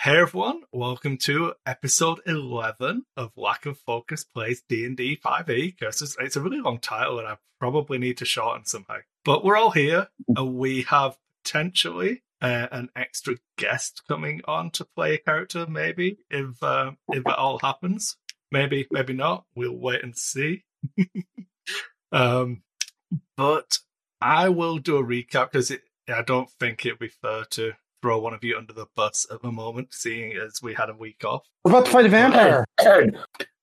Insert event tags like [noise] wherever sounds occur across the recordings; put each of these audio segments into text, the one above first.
Hey everyone, welcome to episode 11 of Lack of Focus Plays D&D 5e Curses. E. It's a really long title and I probably need to shorten somehow. But we're all here and we have potentially uh, an extra guest coming on to play a character maybe if uh, if it all happens. Maybe, maybe not. We'll wait and see. [laughs] um but I will do a recap because I don't think it'd be fair to throw one of you under the bus at the moment, seeing as we had a week off. We're about to fight a vampire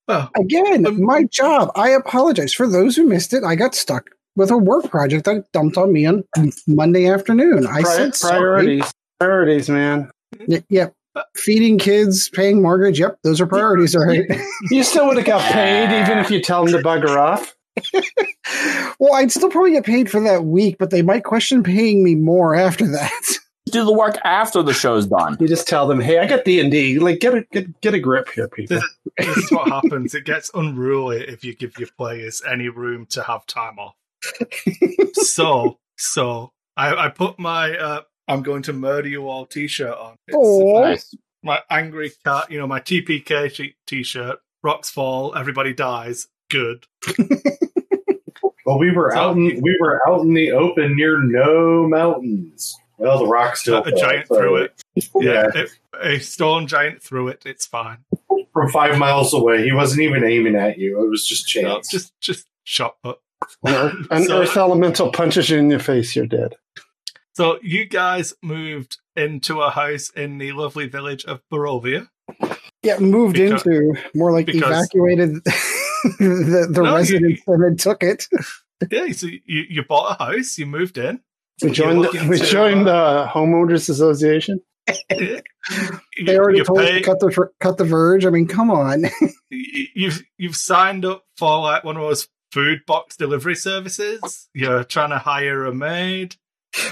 Well, again. Um, my job. I apologize for those who missed it. I got stuck with a work project that dumped on me on Monday afternoon. I Pri- said sorry. priorities. Priorities, man. Y- yep. Uh, Feeding kids, paying mortgage. Yep, those are priorities, all right. [laughs] [laughs] You still would have got paid even if you tell them to bugger off. well, I'd still probably get paid for that week, but they might question paying me more after that. [laughs] do the work after the show's done. You just tell them, "Hey, I got D and D. Like, get a get, get a grip here, people." this is what happens. It gets unruly if you give your players any room to have time off. so, so I, I put my uh, "I'm going to murder you all" T-shirt on. It's Aw. Nice. my angry cat, you know, my TPK t- T-shirt. Rocks fall, everybody dies. Good. Well, we were So- out. In, we were out in the open near no mountains. Well, the rock still a fell, giant so- threw it. Yeah, Yeah. it- a stone giant threw it. It's fine. from five miles away. He wasn't even aiming at you. It was just No, chance. just, just shot put. An earth, an So- earth elemental punches you in your face, you're dead. So you guys moved into a house in the lovely village of Barovia. [laughs] yeah, moved Because- into more like because- evacuated [laughs] the, the No, you- residence and then took it. Yeah, so you, you bought a house, you moved in. We You're joined. looking We to, joined uh, the homeowners association. you, They already you told us pay- to cut the ver- cut the verge. I mean, come on. [laughs] you- you've you've signed up for like one of those food box delivery services. You're trying to hire a maid.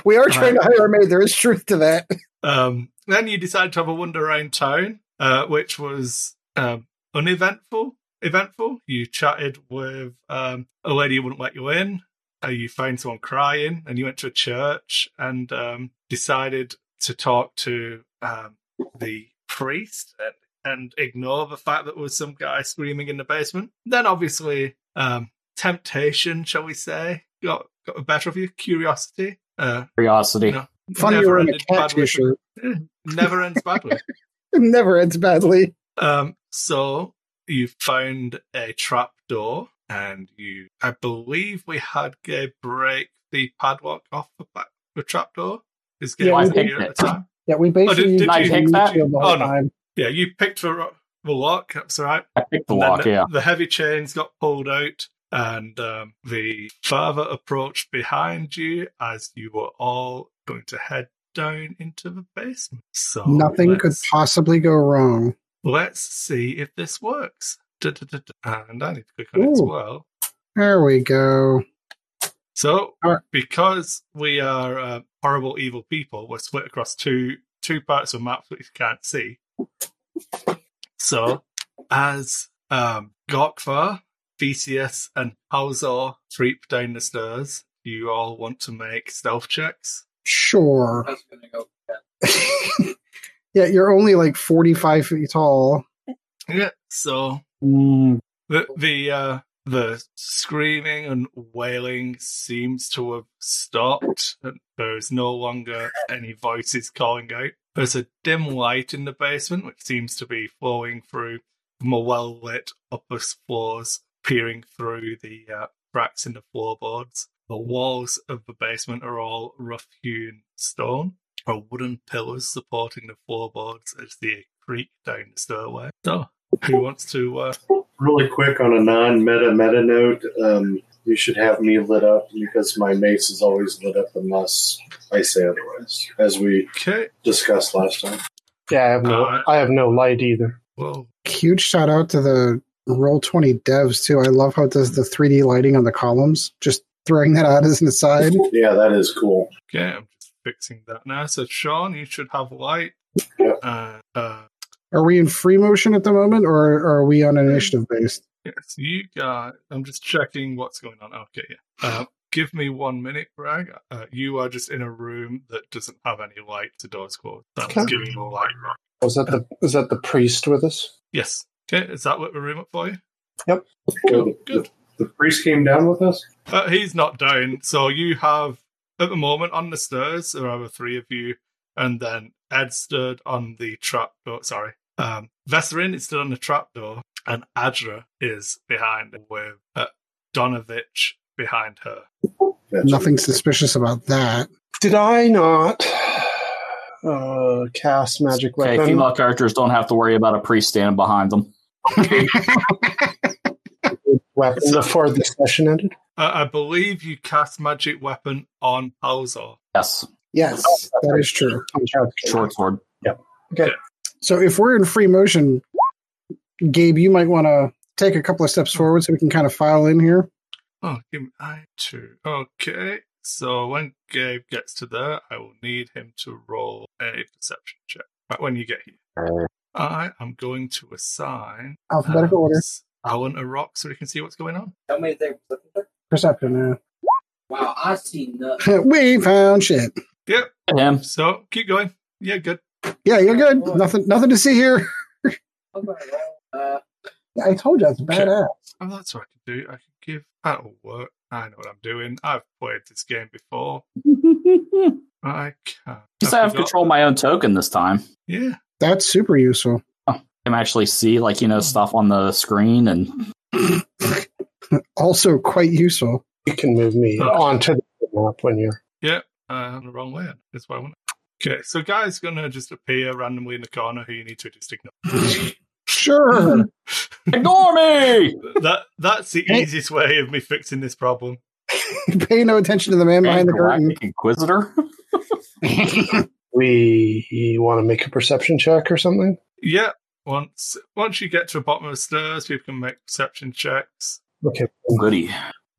We are trying to hire a maid. There is truth to that. Um, then you decided to have a wander around town, uh, which was um, uneventful. Eventful. You chatted with um, a lady who wouldn't let you in. Uh, you found someone crying, and you went to a church and um, decided to talk to um, the priest and, and ignore the fact that there was some guy screaming in the basement. Then, obviously, um, temptation, shall we say, got got the better of you. Curiosity. Uh, Curiosity. No. Funny you were in a never-ended bad cat wishes t-shirt. never ends badly. It never ends badly. [laughs] Um, so you found a trap door, and you, I believe, we had Gabe break the padlock off the back the trap door. Is Gabe Yeah, I was picked here at it. the time? Yeah, we Oh, did- basically did used I the take that? YouTube the whole Oh, no. time. Yeah, you picked the, ro- the lock. That's right. I picked the And then lock, the, yeah. the heavy chains got pulled out, and um, the father approached behind you as you were all going to head down into the basement. So Nothing could let's- possibly go wrong. Let's see if this works. Du-du-du-du. And I need to click on it as Ooh. well. There we go. So, All right. because we are uh, horrible, evil people, we're split across two two parts of a map that you can't see. So, as um, Gorkvar, Theseus, and Halzor creep down the stairs, you all want to make stealth checks. Sure. [laughs] yeah, you're only like 45 feet tall. Yeah. So Mm. the the uh, the screaming and wailing seems to have stopped. There is no longer any voices calling out. There's a dim light in the basement, which seems to be flowing through from a well lit upper floors, peering through the uh, cracks in the floorboards. The walls of the basement are all rough hewn stone, or wooden pillars supporting the floorboards as they creak down the stairway. So, who wants to uh, Really quick on a non-meta meta note. Um, you should have me lit up because my mace is always lit up unless I say otherwise, as we Okay. discussed last time. Yeah, I have no. Uh, I have no light either. Well, Huge shout out to the Roll20 devs, too. I love how it does the 3D lighting on the columns. Just throwing that out as an aside. Yeah, that is cool. okay. I'm just fixing that now. So, Sean, you should have light. Yeah. Uh, uh, Are we in free motion at the moment, or are we on initiative based? yes, you got. I'm just checking what's going on. Okay. Yeah. Uh, give me one minute, Greg. Uh, you are just in a room that doesn't have any light. The door's closed. That's Okay. giving you light. Was that the was that the priest with us? Yes. Okay, is that what we're room up for you? So the, Good. The, the priest came down with us. Uh, he's not down, so you have at the moment on the stairs there are the three of you, and then Ed stood on the trap door. Sorry, um, Veserin is stood on the trap door, and Adra is behind with uh, Donovich behind her. That's Nothing suspicious about that. [laughs] Did I not uh, cast magic Okay, weapon? female characters don't have to worry about a priest standing behind them. weapon before the session ended. Uh, I believe you cast magic weapon on Halzor. Yes, Yes, that is true. short sword. So if we're in free motion, Gabe, you might want to take a couple of steps forward so we can kind of file in here. Oh, give me I two. Okay, so when Gabe gets to there, I will need him to roll a perception check. Right when you get here, I am going to assign Alphabetical order. Perhaps I want a rock so we can see what's going on. Tell me if they're looking for. Perception. Wow, I see nothing. Yeah. [laughs] we found shit. Him. So keep going. Yeah, good. Yeah, you're good. Nothing, nothing to see here. I'm gonna roll, Oh Uh, I told you, it's badass. Oh, that's what I can do. I can give. That'll work. I know what I'm doing. I've played this game before. I can. Just have forgot- control of my own token this time. Yeah. That's super useful. [laughs] I can actually see like you know stuff on the screen and Also, quite useful. You can move me onto the map when you're. Uh, the wrong way. That's why I want. Okay, so guy's gonna just appear randomly in the corner who you need to just ignore. Sure. ignore me. that that's the Hey. easiest way of me fixing this problem. [laughs] Pay no attention to the man behind the curtain. Galactic Inquisitor. We want to make a perception check or something. Yeah. Once once you get to the bottom of the stairs, people can make perception checks. Okay. Goody.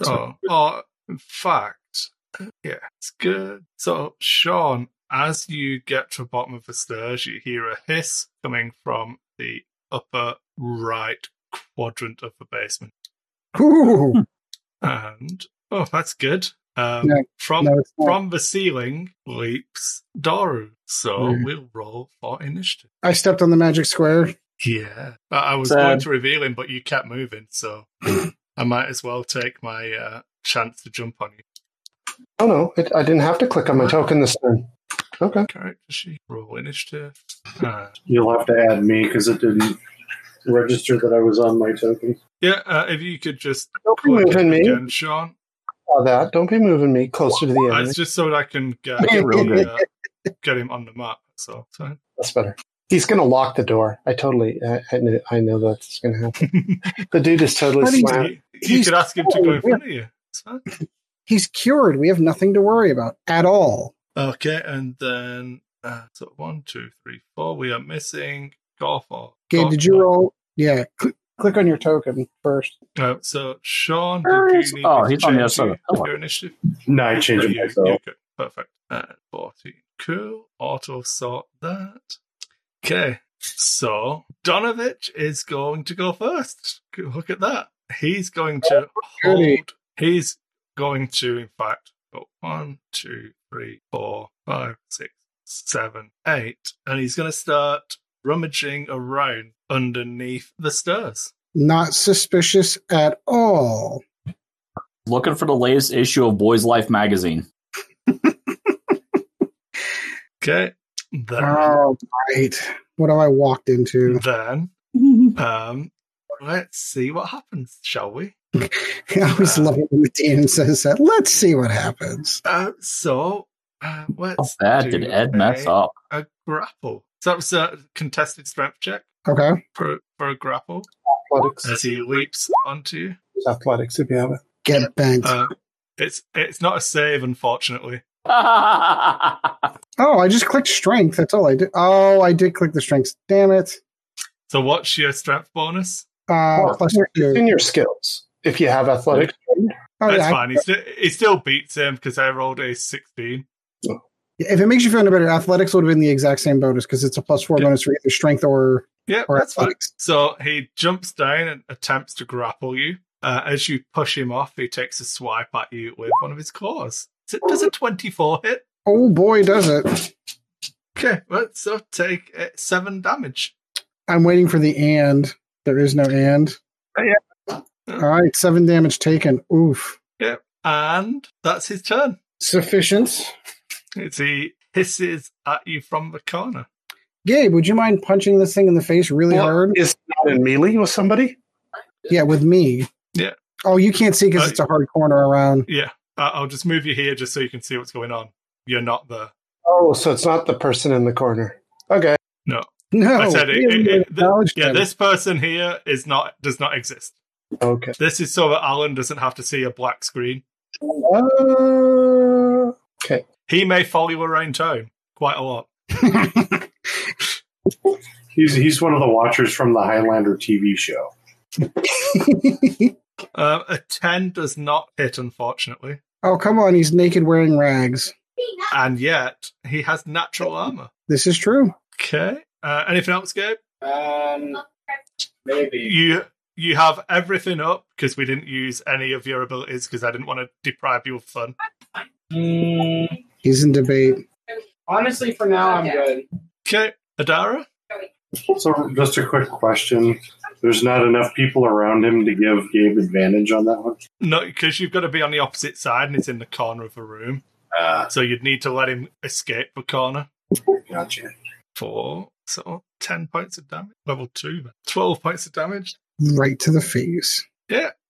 Oh, [laughs] oh, in fact, yeah, it's good. So, Sean, as you get to the bottom of the stairs, you hear a hiss coming from the upper right quadrant of the basement. Ooh, And, oh, that's good. Um, No, from no, it's not. from the ceiling leaps Daru. So Hmm. we'll roll for initiative. I stepped on the magic square. Yeah. I, I was Sad. going to reveal him, but you kept moving. So [clears throat] I might as well take my uh, chance to jump on you. Oh no, it, I didn't have to click on my token this time. Okay. character sheet, roll initiative. Uh, You'll have to add me because it didn't register that I was on my token. yeah, uh, if you could just Don't be click it moving me. again, Sean. All that. Don't be moving me closer to the Uh, enemy. it's just so that I can [laughs] get, Make it real good. uh, get him on the map. So, so. That's better. He's going to lock the door. I totally. I, I, know, I know that's going to happen. the dude is totally How do you slammed. you, you could ask him to go in front of you. It's fine. He's cured. We have nothing to worry about at all. Okay, and then uh, so one, two, three, four. We are missing Garfor. Gabe, did you Garfor. roll? Yeah, cl- click on your token first. Uh, so, Sean, Where did is- you need oh, me to he's on the change other side you- of the pillar. your initiative? No, I changed Yeah, it you- myself. you could- Perfect. And 14. Cool. Auto sort that. Okay. So Donovich is going to go first. Good- Look at that. He's going to Oh, goody. hold. He's going to, in fact, go one, two, three, four, five, six, seven, eight. And he's going to start rummaging around underneath the stairs. Not suspicious at all. Looking for the latest issue of Boys Life magazine. Okay. Then, Ah. All right. What have I walked into? [laughs] then um, let's see what happens, shall we? I always love it when the DM says that. Let's see what happens. Uh, so uh, How let's bad do did Ed mess a, up? A grapple. So that was a contested strength check Okay. for, for a grapple Athletics. as he leaps onto you. Athletics, if you have it. Get bent. Uh, it's it's not a save, unfortunately. oh, I just clicked strength. That's all I did. Oh, I did click the strength. Damn it. So what's your strength bonus? Uh, Well, plus [laughs] It's two. in your skills. If you have athletics, Oh, That's yeah. fine. He still, he still beats him because I rolled a sixteen. If it makes you feel any better, athletics would have been the exact same bonus because it's a plus four Yeah. bonus for either strength or, Yeah, or that's fine. athletics. So he jumps down and attempts to grapple you. Uh, as you push him off, he takes a swipe at you with one of his claws. Does it- Does a twenty-four hit? Oh boy, does it. Okay, well, so take uh, seven damage. I'm waiting for the and. There is no and. Oh, All right, seven damage taken. Oof. And that's his turn. Sufficient. It's he hisses at you from the corner. Gabe, would you mind punching this thing in the face really Well, hard? Is not in melee with somebody? Yeah, with me. Yeah. Oh, you can't see because Uh, it's a hard corner around. [laughs] Yeah, I- Uh, I'll just move you here just so you can see what's going on. You're not there. Oh, so it's not the person in the corner. Okay. No. I said it, we it- haven't it- even the- acknowledged yeah, him. this person here is not does not exist. Okay. This is so that Alan doesn't have to see a black screen. Uh, He may follow you around town quite a lot. He's he's one of the watchers from the Highlander TV show. Um, a ten does not hit, unfortunately, [laughs] oh, come on. He's naked wearing rags. and yet he has natural armor. This is true. Okay. Uh, anything else, Gabe? Um, maybe. You you have everything up because we didn't use any of your abilities because I didn't want to deprive you of fun. Mm, He's in debate. honestly, for now, I'm good. Okay, Adara. So just a quick question: There's not enough people around him to give Gabe advantage on that one. No, because you've got to be on the opposite side and it's in the corner of the room. Ah, So you'd need to let him escape the corner gotcha. for so ten points of damage. Level two, then. twelve points of damage. Right to the face.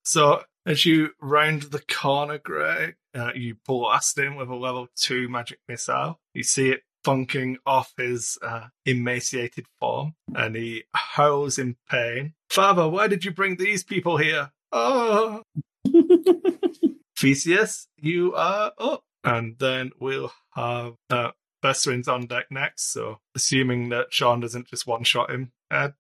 So as you round the corner, Greg, uh, you blast him with a level two magic missile. You see it funking off his uh, emaciated form, and he howls in pain. Father, why did you bring these people here? Oh, Theseus, you are up, and then we'll have uh, best wins on deck next. So assuming that Sean doesn't just one shot him, uh,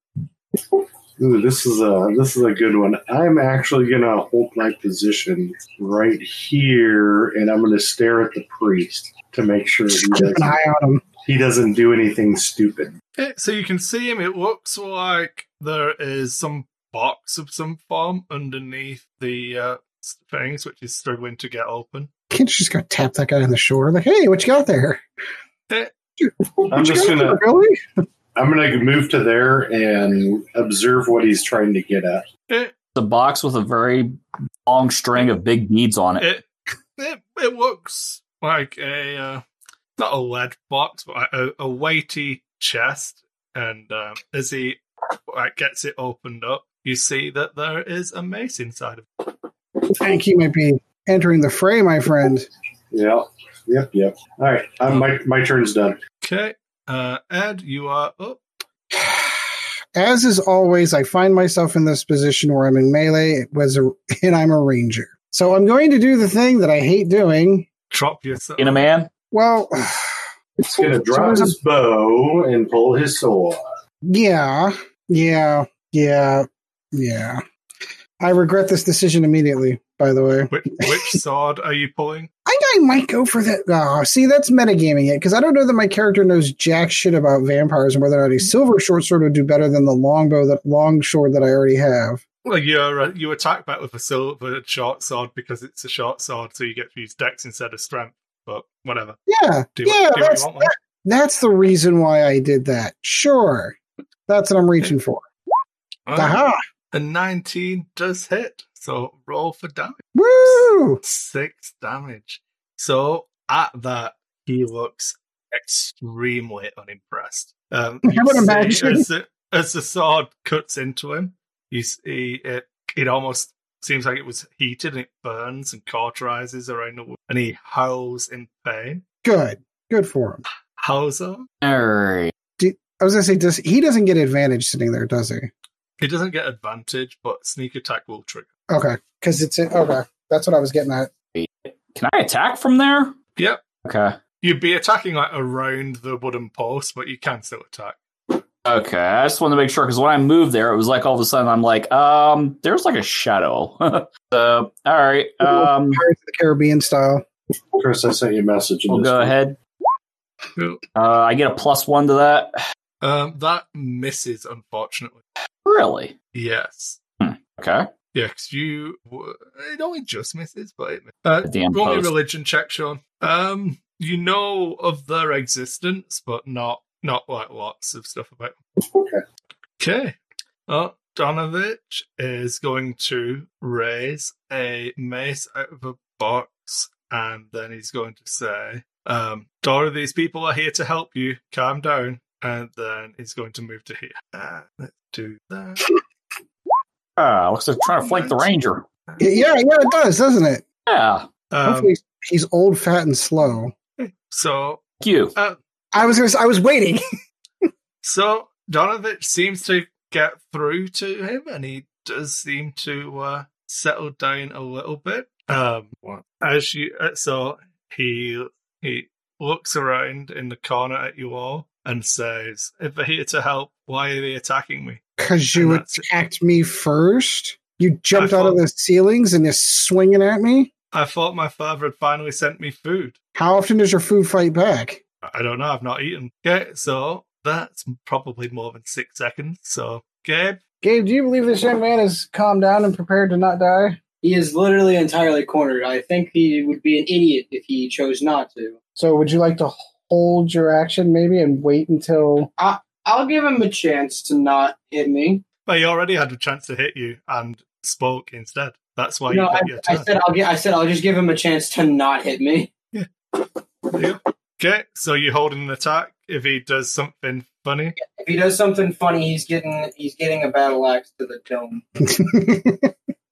Ooh, this is a this is a good one. I'm actually gonna hold my position right here, and I'm gonna stare at the priest to make sure he Keep an doesn't, eye on him. he doesn't do anything stupid. Okay, so you can see him. It looks like there is some box of some form underneath the uh, things, which is struggling to get open. Can't you just go tap that guy on the shoulder? Like, hey, what you got there? Eh. What you just got gonna- there, Billy? I'm gonna move to there and observe what he's trying to get at. It [laughs] The box with a very long string of big beads on it. it [laughs] it, it looks like a uh, not a lead box, but a, a weighty chest. And um, as he like, gets it opened up, you see that there is a mace inside of it. Thank you, might be entering the fray, my friend. Yep, yep, yep. All right, I'm, my my turn's done. Okay, uh, Ed, you are up. As is always, I find myself in this position where I'm in melee was a, [laughs] and I'm a ranger. So I'm going to do the thing that I hate doing. Drop yourself. In a man? Well, [sighs] He's gonna drop So- his bow and pull his sword. yeah, yeah, yeah, yeah. I regret this decision immediately, by the way. Which, which sword are you pulling? I think I might go for that. Oh, see, that's metagaming it because I don't know that my character knows jack shit about vampires and whether or not a silver short sword would do better than the longbow that long sword that I already have. Well, you're uh, you attack back with a silver short sword because it's a short sword, so you get to use dex instead of strength. But whatever. Yeah, Do what, yeah, do what that's you want. With. that's the reason why I did that. Sure, that's what I'm reaching for. Aha! a nineteen does hit, so roll for damage. Woo! Six damage. So at that, he looks extremely unimpressed. Um, I you would see imagine. As the, as the sword cuts into him, you see it. It almost seems like it was heated, and it burns and cauterizes around the wound, and he howls in pain. Good, good for him. Hauser. Alright. I was gonna say, does he doesn't get advantage sitting there, does he? He doesn't get advantage, but sneak attack will trigger. Okay, because it's in, okay. That's what I was getting at. Can I attack from there? Yep. Okay. You'd be attacking like around the wooden post, but you can still attack. Okay. I just wanted to make sure because when I moved there, it was like all of a sudden I'm like, um, there's like a shadow. [laughs] so, all right. Um, Pirates of the Caribbean style. Chris, I sent you a message. in we'll this go one. ahead. Cool. Uh, I get a plus one to that. [sighs] Um, that misses, unfortunately. Really? Yes. Hmm, Okay. Yeah, 'cause you. w- It only just misses, but it. Uh, The damn roll me a post. religion check, Sean. Um, you know of their existence, but not not like lots of stuff about Okay. Okay. Uh, Donovich is going to raise a mace out of a box, and then he's going to say, um, Dora, these people are here to help you. Calm down. And then he's going to move to here. Uh, let's do that. Ah, looks like they're trying to flank the ranger. Yeah, yeah, it does, doesn't it? Yeah, Um, Hopefully he's old, fat, and slow. so, thank you. I was gonna, say- I was waiting. [laughs] so Donovich seems to get through to him, and he does seem to uh, settle down a little bit. Um, as you, uh, so he he looks around in the corner at you all and says, "If they're here to help, why are they attacking me?" Cause you And that's it. attacked me first. You jumped I out of thought- the ceilings and you're swinging at me. I thought my father had finally sent me food. How often does your food fight back? [laughs] I don't know. I've not eaten. Okay, so that's probably more than six seconds. So, Gabe, Gabe, do you believe this young man is calmed down and prepared to not die? He is literally entirely cornered. I think he would be an idiot if he chose not to. So, would you like to hold your action maybe and wait until? I'll give him a chance to not hit me. Well, he already had a chance to hit you and spoke instead. That's why you no, I, got your I turn. said I'll get. I said I'll just give him a chance to not hit me. Okay, so you hold an attack if he does something funny. If he does something funny, he's getting he's getting a battle axe to the dome.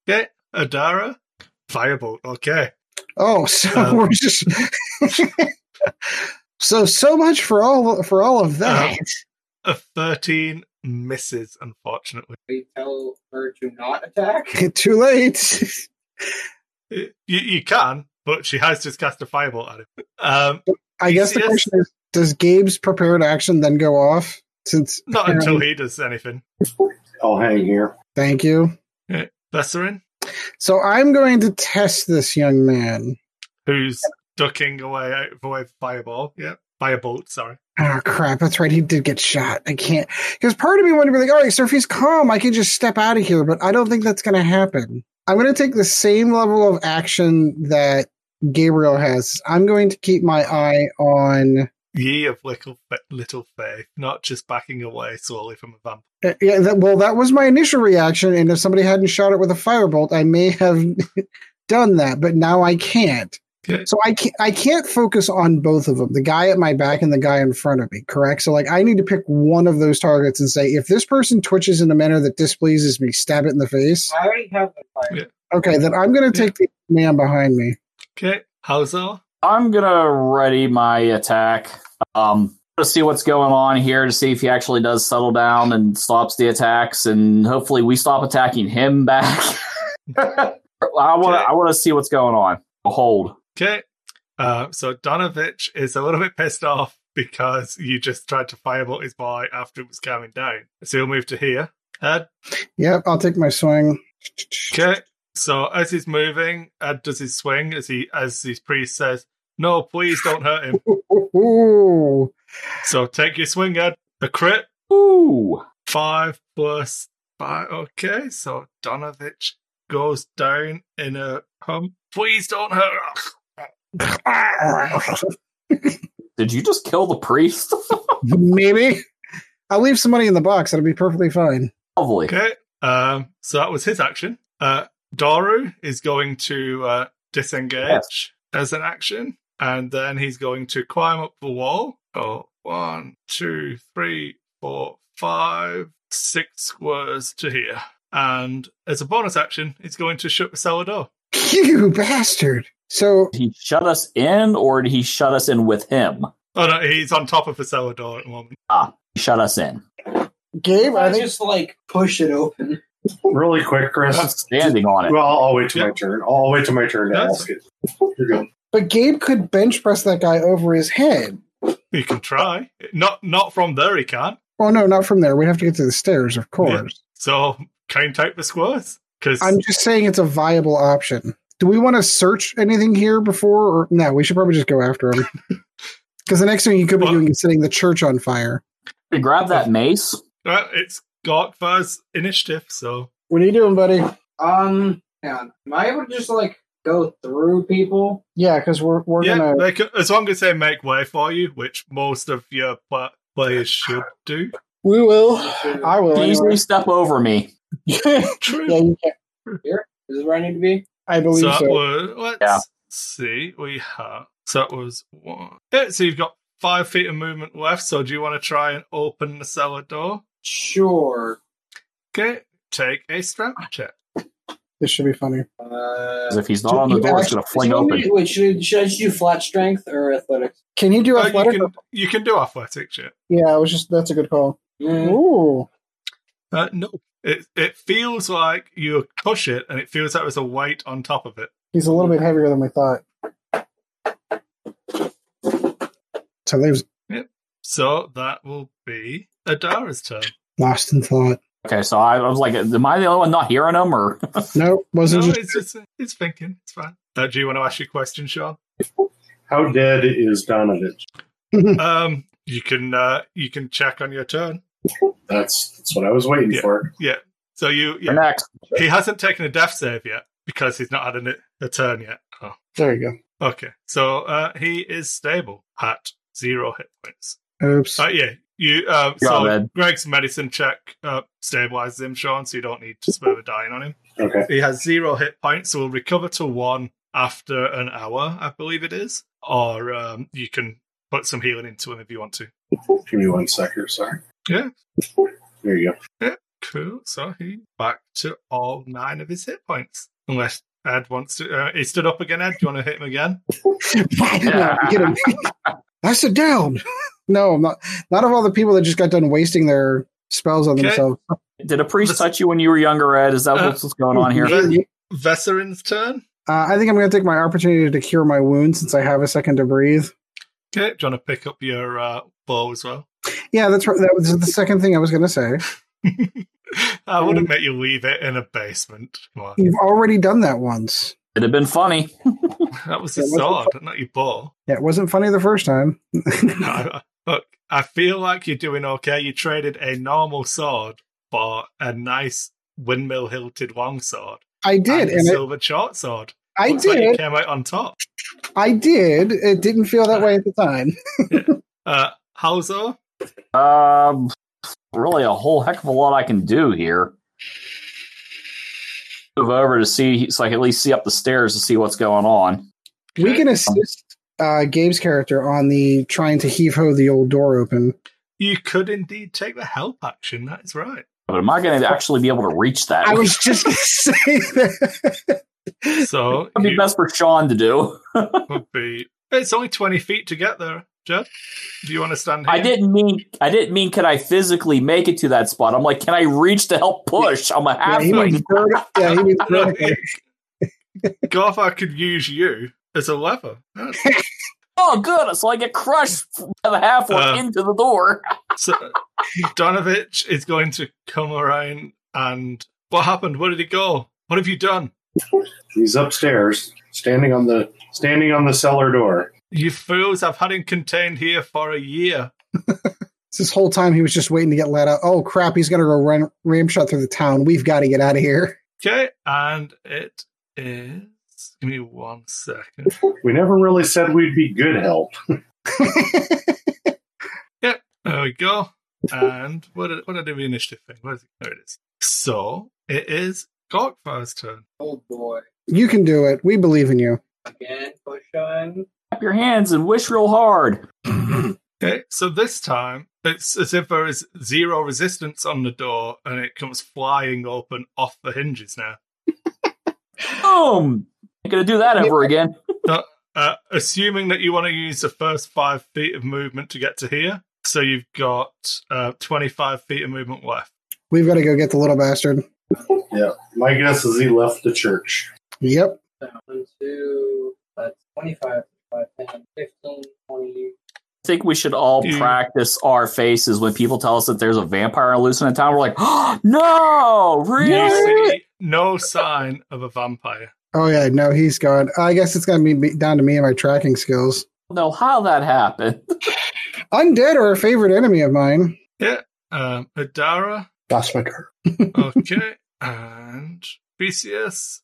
Okay, Adara, firebolt. Okay, oh, [laughs] so Uh. we're just so so much for all for all of that. a thirteen misses, unfortunately. We tell her to not attack. Too late. [laughs] You, you can, but she has just cast a firebolt at him. Um, I guess the Yes. question is: Does Gabe's prepared action then go off? Since not until he does anything. I'll hang here. thank you. Besserin, So I'm going to test this young man. who's ducking away out of the way of fireball. Yeah, firebolt. Sorry. Oh crap! That's right. He did get shot. I can't because part of me wanted to be like, all right, so if he's calm, I can just step out of here. But I don't think that's going to happen. I'm going to take the same level of action that Gabriel has. I'm going to keep my eye on. Ye of little little faith, not just backing away slowly from a vampire. uh, Yeah, that, well, that was my initial reaction, and if somebody hadn't shot it with a firebolt, I may have [laughs] done that. But now I can't. Okay. So I can't. I can't focus on both of them. The guy at my back and the guy in front of me. Correct. So like, I need to pick one of those targets and say, if this person twitches in a manner that displeases me, stab it in the face. I already have the fire. Yeah. Okay, then I'm going to take the man behind me. Okay, Hauser. I'm gonna ready my attack. Um, to see what's going on here, to see if he actually does settle down and stops the attacks, and hopefully we stop attacking him back. [laughs] I want to. Okay. I want to see what's going on. Hold. Okay. Uh, so Donovich is a little bit pissed off because you just tried to firebolt his boy after it was calming down. So he'll move to here. Ed. Yep, I'll take my swing. Okay. So as he's moving, Ed does his swing as he as his priest says, No, please don't hurt him. Ooh, [laughs] So take your swing, Ed. The crit. Ooh. Five plus five okay, so Donovich goes down in a hump. Please don't hurt Did you just kill the priest? [laughs] maybe. I'll leave some money in the box. It'll be perfectly fine. Lovely. Okay. Um, so that was his action. Uh, Daru is going to uh, disengage as an action, and then he's going to climb up the wall. Oh, one, two, three, four, five, six squares to here. And as a bonus action, he's going to shut the cellar door. You bastard. So Did he shut us in, or did he shut us in with him? Oh no, he's on top of the cellar door at the moment. He shut us in. Gabe, I I think just like push it open. Really quick, Chris. I'm standing on it. Well, I'll wait till Yeah. my turn. I'll wait till my turn to That's- ask it. You're good. but Gabe could bench press that guy over his head. He can try. Not not from there he can't. Oh no, not from there. We'd have to get to the stairs, of course. So count out the squares. Because I'm just saying it's a viable option. Do we want to search anything here before or no, we should probably just go after [laughs] him. Because the next thing you could be Well- doing is setting the church on fire. He grabbed that mace. Well, it's Gorkvar's initiative, so What are you doing, buddy? Um, hang on. Am I able to just like go through people? Yeah, because we're we're yeah, gonna they can, as long as they make way for you, which most of your pla- players should do. we will. I will. Easily [laughs] Anyway. step over me. yeah, True. you can. Is this where I need to be? I believe so uh, so. that was, let's Yeah. see, we have. So that was one. Yeah, so you've got five feet of movement left. So do you want to try and open the cellar door? Sure. Okay, take a strength Ah, check. This should be funny. Uh, 'Cause if he's not on the You door, it's actually- going to fling so open. maybe- Wait, should, should I just do flat strength or athletics? Can he do Uh, you athletic? can you can do athletics, yeah. Yeah, I was just that's a good call. Mm-hmm. Mm, Ooh, Uh, no, it it feels like you push it, and it feels like there's a weight on top of it. he's a little bit heavier than we thought. So they was So that will be Adara's turn. lost in thought. Okay, so I, I was like, am I the only one not hearing him? [laughs] Or Nope, No, wasn't just it's just it's thinking. It's fine. Uh, do you want to ask your question, Sean? How dead is Donovich? Um, you can uh, you can check on your turn. That's that's what I was waiting Yeah. for. So you, You're yeah, next? he hasn't taken a death save yet because he's not had an, a turn yet. Oh, There you okay. So uh, he is stable at zero hit points. oops. Uh, yeah, you. Uh, Go so ahead. Greg's medicine check uh, stabilizes him, Sean. So you don't need to spare a dying on him. Okay. He has zero hit points, so we'll recover to one after an hour, I believe it is. Or um, you can put some healing into him if you want to. Give me one second. Sorry. Yeah. There you go. Cool. So he back to all nine of his hit points. Unless Ed wants to. Uh, he stood up again, Ed. Do you want to hit him again? No, [laughs] [laughs] get him. I sit down. [laughs] No, I'm not not of all the people that just got done wasting their spells on Okay. themselves. Did a priest Listen- touch you when you were younger, Ed? Is that Uh, what's going on [laughs] here? yeah. Uh, Veserin's turn. I think I'm going to take my opportunity to cure my wound since I have a second to breathe. Okay. Do you want to pick up your uh, bow as well? [laughs] Yeah, that's right. That was the second thing I was going to say. I Um, wouldn't make you leave it in a basement. Come on. You've already done that once. It'd have been funny. That was the Yeah, what's sword, not your bow. Yeah, it wasn't funny the first time. [laughs] No, I- look, I feel like you're doing okay. You traded a normal sword for a nice windmill hilted longsword I did, and a and I, silver short sword. I Looks like you did, came out on top. I did. It didn't feel that way at the time. Uh, Halzo, Um, really, a whole heck of a lot I can do here. Move over to see, so I can at least see up the stairs to see what's going on. We can assist uh, Gabe's character on the trying to heave ho the old door open. you could indeed take the help action. That is right. But am I going to actually be able to reach that? I was [laughs] just going to say that. [laughs] So [laughs] That'd be you best for Sean to do. would be. It's only twenty feet to get there, Jed. Do you want to stand here? I didn't mean I didn't mean can I physically make it to that spot. I'm like, can I reach to help push? I'm a yeah, he halfling. was verti- yeah, he was No, vertical. [laughs] [laughs] Garth, I could use you as a lever. That's- oh, good. So I get crushed by the halfway Uh, into the door. So [laughs] Donovich is going to come around and what happened? Where did he go? What have you done? He's upstairs, standing on the standing on the cellar door. You fools, I've had him contained here for a year. This whole time he was just waiting to get let out. Oh crap, he's going to go run ramshot through the town. We've got to get out of here. [laughs] Okay, and it is. Give me one second. We never really said we'd be good help. There we go. And what did, what did I do with the initiative thing? Where is it? There it is. So it is Gorkfire's turn. oh boy. You can do it. We believe in you. Again, push on. Clap your hands and wish real hard. Okay, so this time it's as if there is zero resistance on the door and it comes flying open off the hinges now. Boom. Ain't gonna do that ever again. Uh, assuming that you want to use the first five feet of movement to get to here, so you've got uh, 25 feet of movement left. We've got to go get the little bastard. My guess is he left the church. Yep. So, One, two, that's 25, 25, 10, 15, 20. I think we should all Yeah. practice our faces when people tell us that there's a vampire loose in a town. We're like, [gasps] oh, no, really? You see no sign of a vampire. Oh yeah, no, he's gone. I guess it's going to be down to me and my tracking skills. No, how that happened? Undead are a favorite enemy of mine. Um, Adara, go. That's my turn. okay, and BCS.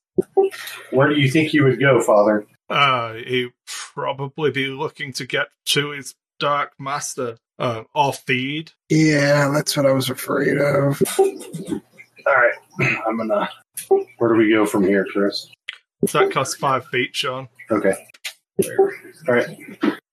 Where do you think he would go, Father? Uh, he'd probably be looking to get to his Dark Master uh, or feed. Yeah, that's what I was afraid of. All right, [clears throat] I'm gonna. Where do we go from here, Chris? So that costs five feet, Sean. Okay. All right.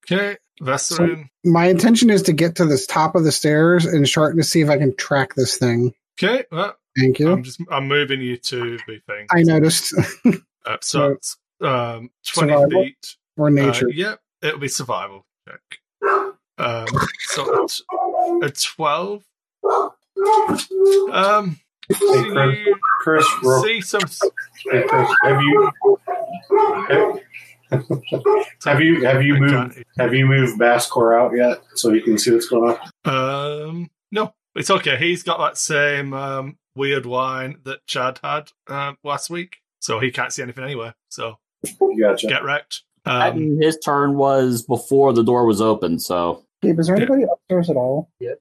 Okay, Vesserin. My intention is to get to this top of the stairs and start to see if I can track this thing. Okay, well, Thank you. I'm just I'm moving you to the thing. I noticed [laughs] Uh, so it's um, 20 Survival? feet. or Uh, nature. yep, it'll be survival check. Um, so it's a 12. Um, Hey, Chris, you Chris, real- see some. hey, Chris, have you have you have you moved have you moved Baskor out yet so he can see what's going on? Um, no, it's okay. He's got that same um, weird wine that Chad had uh, last week, so he can't see anything anyway. So Gotcha. get wrecked. That- Um, his turn was before the door was open, so Gabe, is there anybody upstairs at all? Yeah.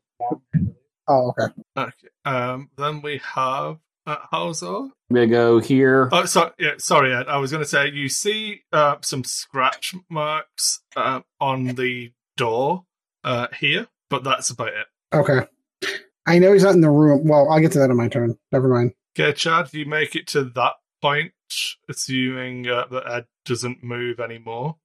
Oh, okay. okay. um, then we have uh, Hauser. I'm gonna go here. Oh, sorry, yeah, sorry, Ed. I was going to say you see uh, some scratch marks uh, on the door uh, here, but that's about it. Okay. I know he's not in the room. Well, I'll get to that on my turn. Never mind. Okay, Chad, you make it to that point, assuming uh, that Ed doesn't move anymore.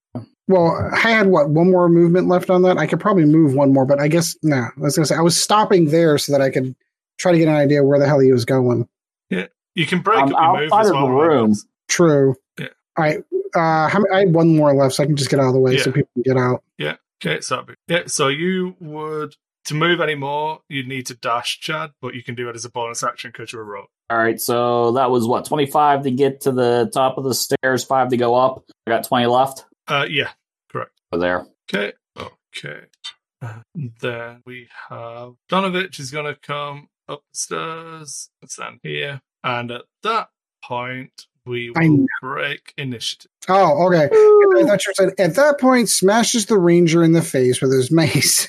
Well, I had what one more movement left on that. I could probably move one more, but I guess no. I was gonna say I was stopping there so that I could try to get an idea where the hell he was going. You can break I'm up your move outside as of well. the right? room. True. Yeah. All right. Uh, how, many- I had one more left, so I can just get out of the way so Yeah. people can get out. Okay, so that'd be- yeah, so you would to move anymore, you'd need to dash Chad, but you can do it as a bonus action because you're a rogue. All right, so that was what twenty five to get to the top of the stairs, five to go up. I got twenty left. Uh, yeah. Over there. Okay. Okay. Uh, Then we have Donovich is going to come upstairs and stand here. And at that point, we will I know. break initiative. Oh, okay. I thought you said at that point smashes the ranger in the face with his [laughs] mace.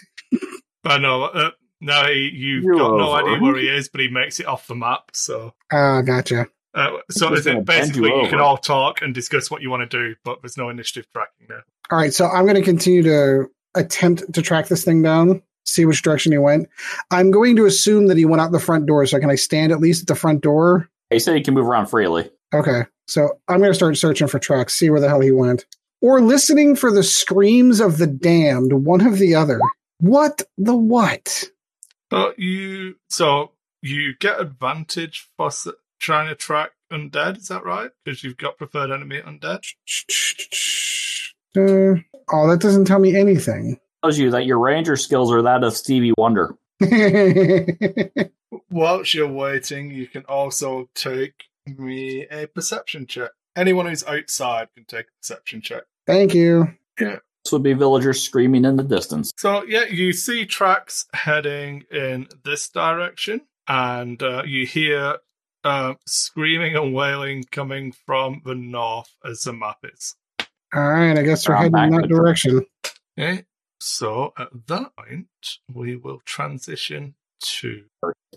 But no, uh, no, he, you've You're got no over. idea where he is, but he makes it off the map. So, Ah, gotcha. uh, so He's is gonna it bend you basically you can over. all talk and discuss what you want to do, but there's no initiative tracking there. All right, so I'm going to continue to attempt to track this thing down, see which direction he went. I'm going to assume that he went out the front door. So can I stand at least at the front door? He said he can move around freely. Okay, so I'm going to start searching for tracks, see where the hell he went, or listening for the screams of the damned, one of the other. What the what? But you, so you get advantage for s- trying to track undead. Is that right? Because you've got preferred enemy undead. Uh, oh, that doesn't tell me anything. Tells you that your ranger skills are that of Stevie Wonder. [laughs] Whilst you're waiting, you can also take me a perception check. Anyone who's outside can take a perception check. Thank you. This would be villagers screaming in the distance. So yeah, you see tracks heading in this direction, and uh, you hear uh, screaming and wailing coming from the north as the map is. All right, I guess we're I'm heading back in that with- direction. Okay. So at that point, we will transition to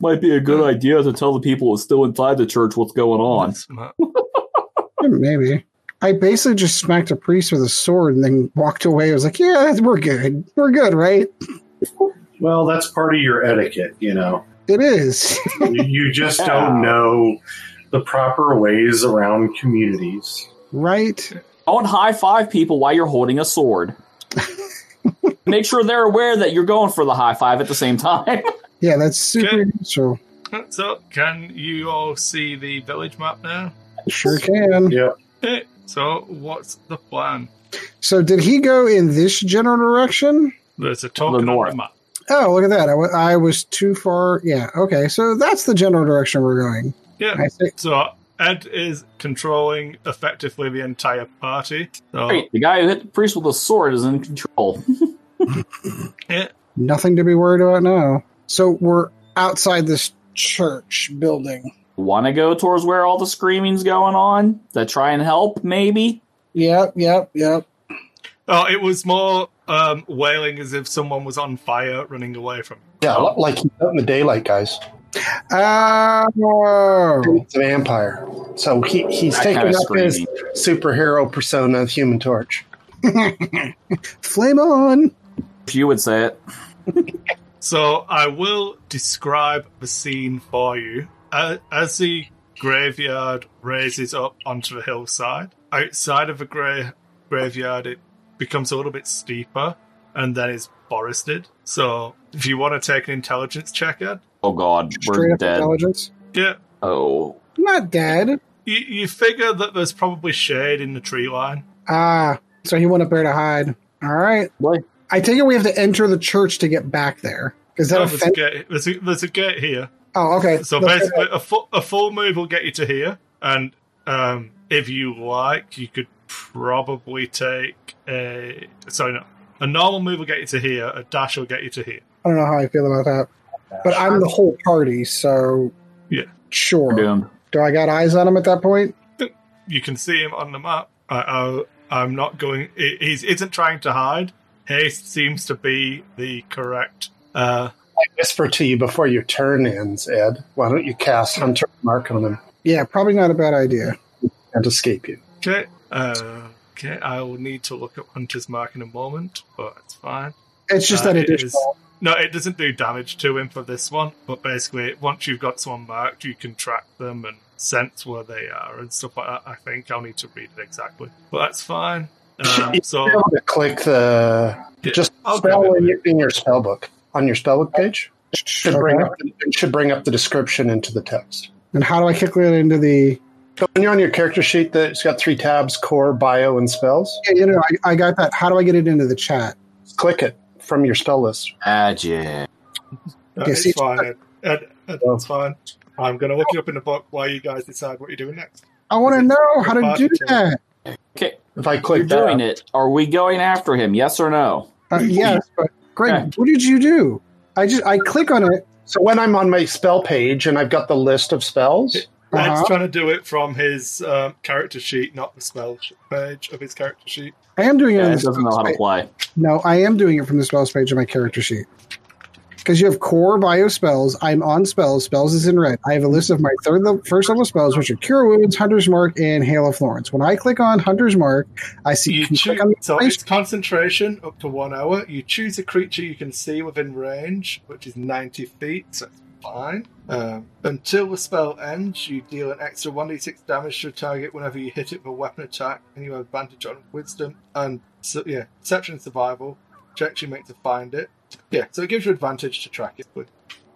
Might be a good idea to tell the people who's still inside the church what's going on. this map. Hmm, Maybe. I basically just smacked a priest with a sword and then walked away. I was like, yeah, that's- we're good. We're good, right? Well, that's part of your etiquette, you know. It is. [laughs] you, you just don't know the proper ways around communities. right? Don't high five people while you're holding a sword. Make sure they're aware that you're going for the high five at the same time. Yeah, that's super Okay. useful. So can you all see the village map now? Sure can. Yeah. Okay. So what's the plan? So, did he go in this general direction? There's a token on north. the map. Oh, look at that. I wa- I was too far. Yeah, okay. So, that's the general direction we're going. Yeah. I see. So Ed is controlling effectively the entire party. So Great. The guy who hit the priest with a sword is in control. Nothing to be worried about now. So, we're outside this church building. Want to go towards where all the screaming's going on? To try and help, maybe? Yep, yep, yep. Oh, it was more um, wailing as if someone was on fire running away from. Yeah, li- like he's out in the daylight, guys. Oh, It's a vampire. So he, he's That taken kinda up his screaming. superhero persona of Human Torch. flame on! If you would say it. So I will describe the scene for you. Uh, as the graveyard raises up onto the hillside, outside of the gra- graveyard, it becomes a little bit steeper and then it's forested. So if you want to take an intelligence check, Ed, Oh God, Straight we're up dead. intelligence. yeah, Oh, I'm not dead. you, you figure that there's probably shade in the tree line. Ah, so he went up there to hide. All right. What? I take it we have to enter the church to get back there. Is that No, a there's, a fence? gate, there's, a, there's a gate here. Oh, okay. So The- basically, a full, a full move will get you to here, and um, if you like, you could probably take a sorry, no, a normal move will get you to here, a dash will get you to here. I don't know how I feel about that. But I'm the whole party, so Yeah. sure. we're doomed. Do I got eyes on him at that point? You can see him on the map. I, I, I'm not going. He he's- isn't trying to hide. Haste seems to be the correct. Uh, I whisper to you before your turn ends, Ed. Why don't you cast Hunter Mark on him Yeah, probably not a bad idea. and escape you? okay, uh, okay. I will need to look up Hunter's mark in a moment, but it's fine. It's just Uh, that it additional. is- No, it doesn't do damage to him for this one, but basically, once you've got someone marked, you can track them and sense where they are and stuff like that. I think I'll need to read it exactly, but that's [coughs] fine. Um, so Be able to click the just I'll spell grab it. in your, in your spell book on your spell book page. Should bring Okay. up the, it should bring up the description into the text. And how do I kick it into the? When you're on your character sheet, that it's got three tabs: core, bio, and spells. Yeah, you know, I, I got that. How do I get it into the chat? Click it from your spell list. Magic. No, Okay, it's see- fine. Ed, Ed, Ed, it's fine. I'm going to look you up in the book while you guys decide what you're doing next. I want to Is it know how to party do chat? that. Okay, If I you're click doing that, it. Are we going after him? Yes or no? [laughs] Uh, yes, but Greg, Okay. what did you do? I just I click on it. so when I'm on my spell page and I've got the list of spells, Uh-huh. Ed's trying to do it from his um, character sheet, not the spell sh- page of his character sheet. I am doing it. Yeah, on it the doesn't know spells how to page. play. No, I am doing it from the spells page of my character sheet. Because you have core bio spells. I'm on spells. Spells is in red. I have a list of my third level, first level spells, which are Cure Wounds, Hunter's Mark, and Hail of Florence. When I click on Hunter's Mark, I see. You can choo- click on the so place- it's concentration up to one hour. You choose a creature you can see within range, which is 90 feet, so it's fine. Um, until the spell ends, you deal an extra 1d6 damage to a target whenever you hit it with a weapon attack, and you have advantage on wisdom and so, yeah, perception and survival checks you make to find it. Yeah, so it gives you advantage to track it. But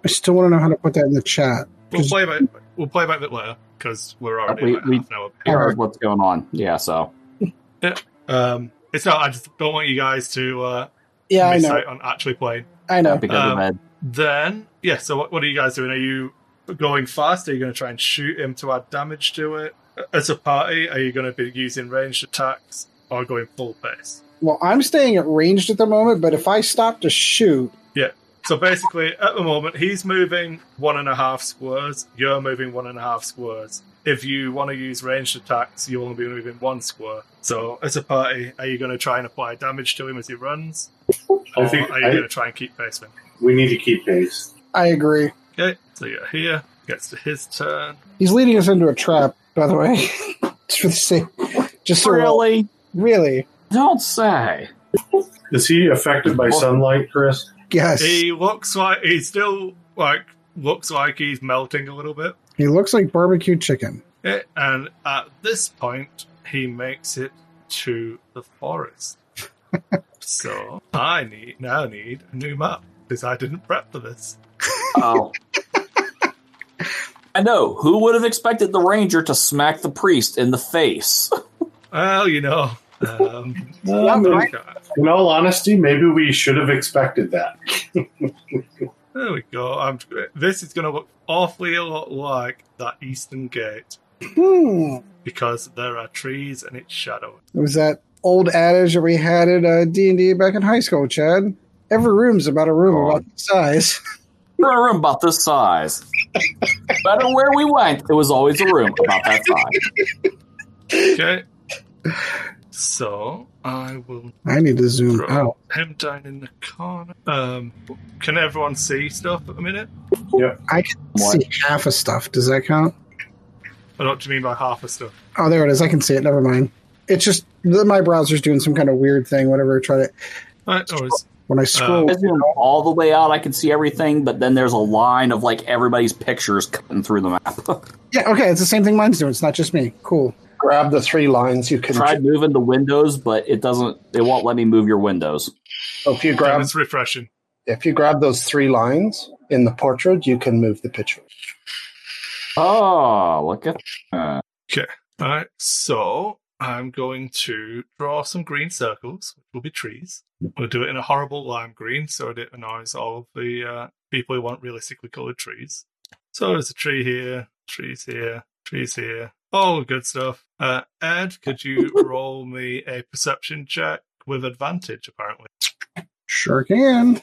I still want to know how to put that in the chat. we'll play about we'll play about that later because we're already We- like we- half an hour. Here Alright. is what's going on. Yeah, so Um, it's not. I just don't want you guys to uh, Yeah, I miss know. out on actually playing. I know. because Um, of Ed. Then, yeah, so what, what are you guys doing? Are you going fast? Are you going to try and shoot him to add damage to it? As a party, are you going to be using ranged attacks or going full pace? Well, I'm staying at ranged at the moment, but if I stop to shoot, So basically, at the moment, he's moving one and a half squares, you're moving one and a half squares. If you want to use ranged attacks, you'll only be moving one square. So, as a party, are you going to try and apply damage to him as he runs? I Or think are you I- going to try and keep pace with him? We need to keep pace. I agree. Okay, so you're here, gets to his turn. He's leading us into a trap, by the way. [laughs] just for the sake. Just so Really? really? Don't say. Is he affected by sunlight, Chris? Yes. He, He looks like he still like looks like he's melting a little bit, looks like barbecue chicken. Eh, and at this point, he makes it to the [laughs] forest. so I need now need a new map because I didn't prep for this. [laughs] Oh. I know. Who would have expected the ranger to smack the priest in the face? [laughs] Well, you know, um, [laughs] Um, Right. In all honesty, maybe we should have expected that. there we go. I'm, this is going to look awfully a lot like that Eastern Gate Hmm. because there are trees and it's shadowed. It was that old adage that we had at uh, D&D back in high school, Chad. Every room's about a room God. about the size. [laughs] We're a room about this size. Better where [laughs] we went, it was always a room about that size. Okay. So I will I need to zoom Throw out. him down in the corner. Um, can everyone see stuff at the minute? What? See half of stuff. Does that count? I don't mean by half of stuff. Oh, there it is. I can see it. Never mind. It's just that my browser's doing some kind of weird thing. Whenever I try to, Uh, no worries. when I scroll, I zoom all the way out. I can see everything, but then there's a line of like everybody's pictures cutting through the map. yeah, okay, it's the same thing mine's doing. It's not just me. Cool. Grab the three lines you can. Tried moving the windows, but it doesn't. It won't let me move your windows. So if you Damn, grab it's refreshing. if you grab those three lines in the portrait, you can move the picture. Oh, look at that. All right, so I'm going to draw some green circles, which will be trees. We'll do it in a horrible lime green, so it annoys all of the uh, people who want realistically colored trees. So there's a tree here, trees here, trees here. All good stuff. Uh, Ed, could you roll me a perception check with advantage? Apparently, Sure can.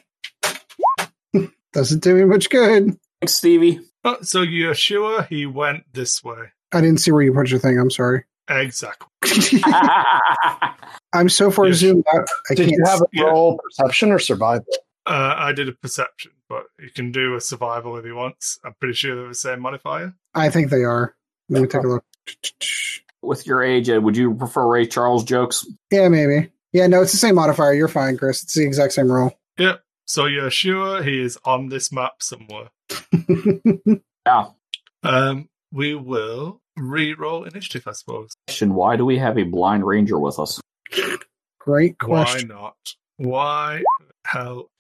[laughs] Doesn't do me much good. Thanks, Stevie. [laughs] oh, so you're sure he went this way? I didn't see where you put your thing. I'm sorry. [laughs] Exactly. I'm so far Yes. zoomed out. I Did can't. you have yeah. a roll perception or survival? Uh, I did a perception, but you can do a survival if he wants. I'm pretty sure they're the same modifier. I think they are. Let me take a look. [laughs] With your age, Ed, would you prefer Ray Charles jokes? Yeah, maybe. Yeah, no, it's the same modifier. You're fine, Chris. It's the exact same roll. So you're sure he is on this map somewhere. Yeah. Um, we will re-roll initiative, I suppose. Question: Why do we have a blind ranger with us? [laughs] Great Why question. not? Why the hell?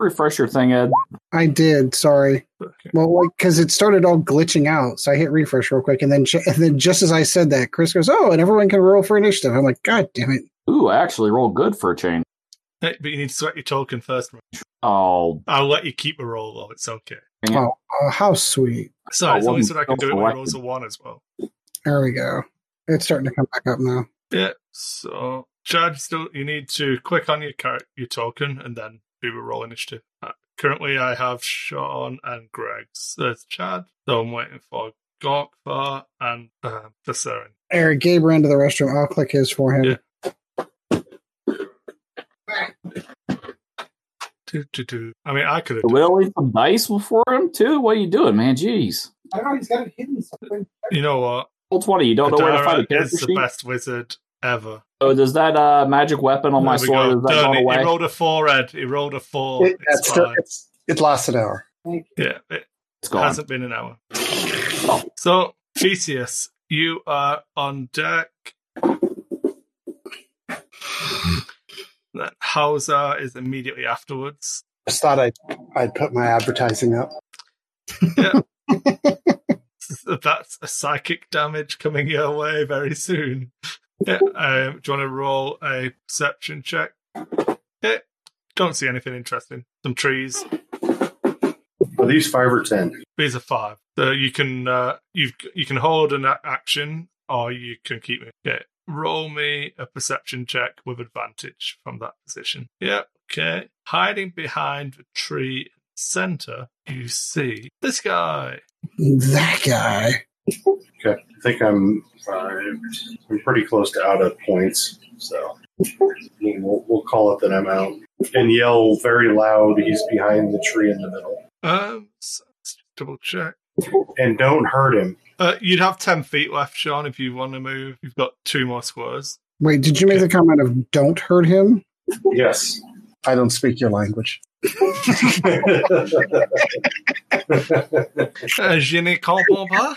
Refresh your thing, Ed. I did. Sorry. Okay. Well, because it started all glitching out, so I hit refresh real quick, and then ju- and then just as I said that, Chris goes, "Oh, and everyone can roll for initiative." I'm like, "God damn it!" Ooh, I actually rolled good for a change. Hey, but you need to sweat your token first. Oh, I'll let you keep a roll though. It's okay. Yeah. Oh, oh, how sweet! So Oh, it's only wasn't so that I can do it when it self-selected. rolls a one as well. There we go. It's starting to come back up now. Yeah. So Chad, still you need to click on your car- your token and then do a roll initiative. Uh, currently, I have Sean and Greg. So there's Chad. So I'm waiting for Gorkvar and um, the Seren. Eric Gabe ran to the restroom. I'll click his for him. Yeah. Do, do, do. I mean, I could have. Done. Willie, some dice before him too. What are you doing, man? Jeez, I don't know. He's got it hidden somewhere. You know what? roll twenty. You don't know where to find Adara a is character the sheet. best wizard ever. Oh, does that uh, magic weapon on my There we go. sword? Is that Done gone it. away? He rolled a four, Ed. He rolled a four. it, it's that's still, fine. it's, it lasts an hour. yeah, it it's gone. hasn't been an hour. So, Theseus, you are on deck. Then Hauser is immediately afterwards. [laughs] Just thought I'd, I'd put my advertising up. So That's a psychic damage coming your way very soon. Yeah, um, do you want to roll a perception check? Yeah, don't see anything interesting. Some trees. Are these five or ten? These are five. So you can uh, you you can hold an a- action or you can keep it. Okay. Roll me a perception check with advantage from that position. Yeah. Okay. Hiding behind the tree center, you see this guy. That guy. Okay, I think I'm uh, I'm pretty close to out of points, so we'll, we'll call it that I'm out and yell very loud. He's behind the tree in the middle, Um, so let's double check. and don't hurt him. Uh, you'd have ten feet left, Sean, if you want to move. You've got two more squares. Wait, did you make the comment of "don't hurt him"? Yes. I don't speak your language. Uh, je ne comprends pas.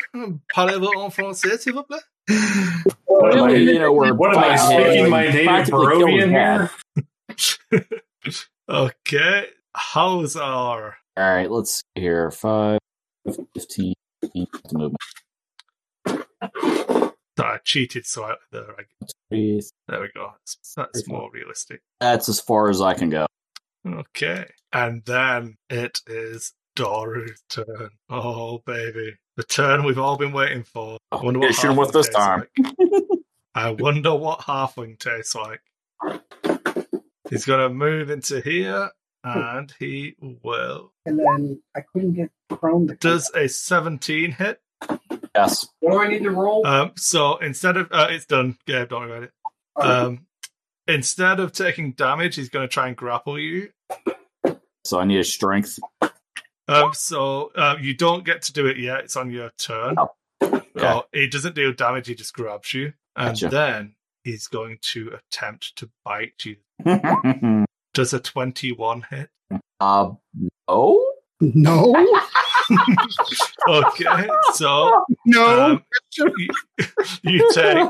Parlez-vous en français, s'il vous plaît? what am I, Really, you know, we're what am I fighting him speaking and my native practically killing Barovian him. here? Okay. How's our All right, let's see here. 5, 15, 15, movement. I cheated slightly there. I, Three. there we go. That's, that's more realistic. That's as far as I can go. Okay. And then it is Doru's turn. Oh, baby. The turn we've all been waiting for. I wonder what Oh, Yeah, shoot 'em with halfling this tastes time. like. I wonder what halfling tastes like. He's going to move into here and he will. And then I couldn't get Chrome. To Does a 17 hit? Yes. What do I need to roll? uh, Um, so instead of. Uh, it's done. Gabe, don't worry about it. Um, instead of taking damage, he's going to try and grapple you. So I need a strength. [laughs] Um, so uh, you don't get to do it yet. It's on your turn. Oh. Oh, he doesn't deal damage. He just grabs you, and Gotcha. then he's going to attempt to bite you. uh, Does a twenty-one [laughs] hit? no. No, Okay, so no. um, you, [laughs] you take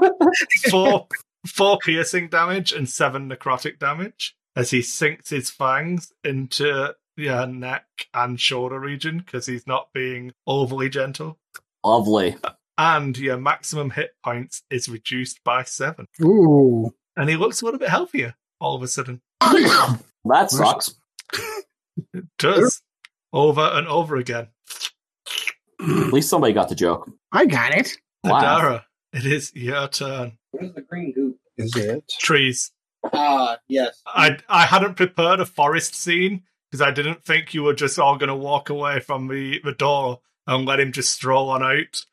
four four piercing damage and seven necrotic damage as he sinks his fangs into your neck and shoulder region because he's not being overly gentle. Lovely. And your maximum hit points is reduced by seven. [laughs] Ooh, And he looks a little bit healthier all of a sudden. That sucks. It does. Over and over again. At least somebody got the joke. I got it. Wow. Adara, it is your turn. What is the green goop? Is it? Trees. Ah, yes. I I hadn't prepared a forest scene because I didn't think you were just all going to walk away from the, the door and let him just stroll on out.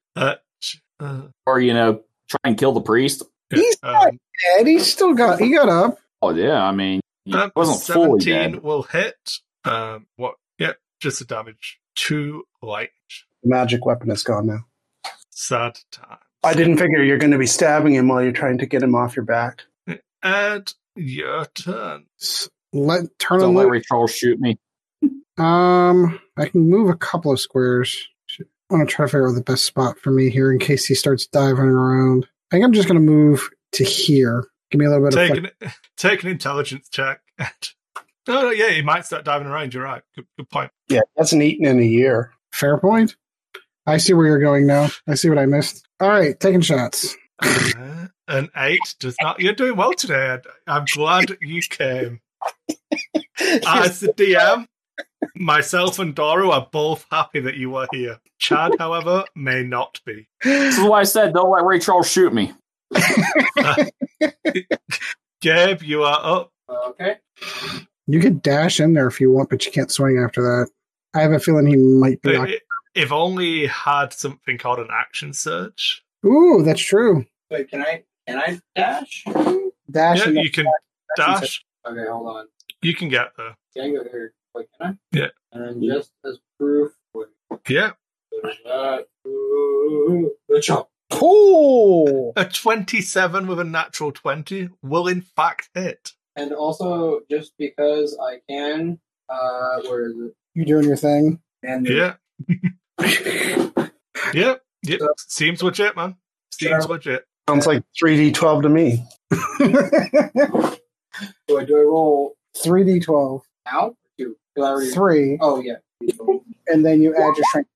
[laughs] uh, sh- uh, Or, you know, try and kill the priest. He's not um, dead. He still got. He got up. Oh, yeah. I mean, he um, wasn't fully dead. 17 will hit. Um, what? Yep, just the damage. Two light. The magic weapon is gone now. Sad time. I didn't figure you're going to be stabbing him while you're trying to get him off your back. Ed, your turn. Let turn Don't and let loop. Ray Charles shoot me. Um, I can move a couple of squares. I want to try to figure out the best spot for me here in case he starts diving around. I think I'm just going to move to here. Give me a little bit Take of. an, [laughs] take an intelligence check. [laughs] Ed. No, no, yeah, he might start diving around. You're right. Good, good point. Yeah, he hasn't eaten in a year. Flex- fair point. I see where you're going now. I see what I missed. All right, taking shots. Uh, an eight does not. You're doing well today. Ed. I'm glad you came. As the DM, myself and Doru are both happy that you were here. Chad, however, may not be. This is why I said, don't let Ray Charles shoot me. Gabe, you are up. Uh, Okay. You could dash in there if you want, but you can't swing after that. I have a feeling he might be. knocked- If only he had something called an action surge. Ooh, that's true. Wait, can I can I dash? Dash. Yeah, in there. you can dash. Okay, hold on. You can get there. Can I go here? Wait, can I? Yeah. And then just as proof, wait, Yeah. there's that. Ooh, good job. Cool. A 27 with a natural 20 will in fact hit. And also, just because I can, uh, where is it? You doing your thing? And Yeah. yeah. Yeah. Seems legit, man. Seems legit. Sounds like 3D12 to me. do, I, do I roll Three d twelve. now? Two. Did I already? Three, Oh yeah. and then you add your strength.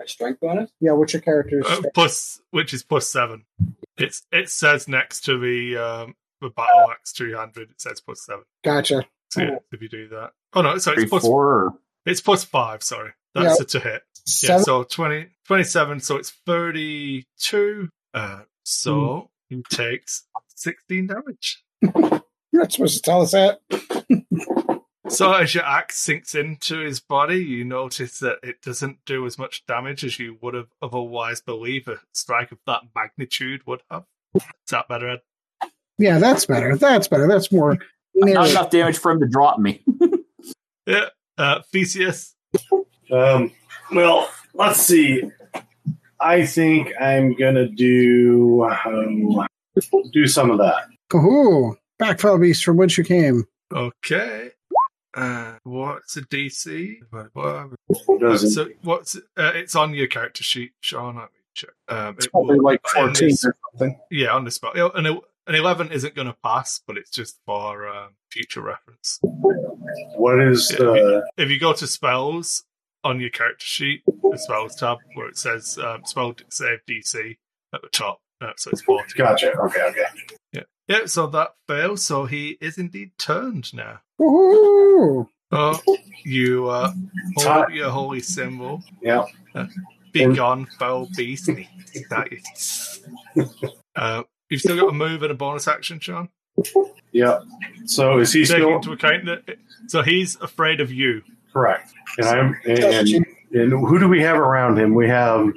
My strength bonus. Yeah, what's your character's? Uh, strength? plus, which is plus seven. It's it says next to the um, the battle axe two hundred. It says plus seven. Gotcha. So yeah, if you do that. Oh no, so Three, it's plus four. or- it's plus five. Sorry, that's a to hit. Yeah, Seven. [laughs] so 20, 27, So it's thirty two. Uh, so he takes sixteen damage. You're not supposed to tell us that. So as your axe sinks into his body, you notice that it doesn't do as much damage as you would have otherwise believed a strike of that magnitude would have. Is that better? Ed? Yeah, that's better. That's better. That's more. Not narrow. enough damage for him to drop me. Yeah. Uh, Theseus, [laughs] Um, well, let's see. I think I'm gonna do um, do some of that. Ooh, backfell beast from whence you came. Okay. Uh, what's a DC? It doesn't So what's uh, it's on your character sheet, Sean? Let me check. Um, It's it probably will- like and 14 it's- or something. yeah, on the spot. You know, An, an eleven isn't going to pass, but it's just for um, future reference. what is the If you go to spells on your character sheet, the spells tab where it says um, spell d- save DC at the top. Uh, so it's fourteen. gotcha? Okay, okay. Yeah, so that fails. So he is indeed turned now. Ooh, Oh, you uh, hold Time. up your holy symbol. Yeah. Be And- gone, foul beast. Take that, you- uh, you've still got a move and a bonus action, Sean. Yeah. So is he Take still into account that. So he's afraid of you. correct? And I'm and, and who do we have around him? We have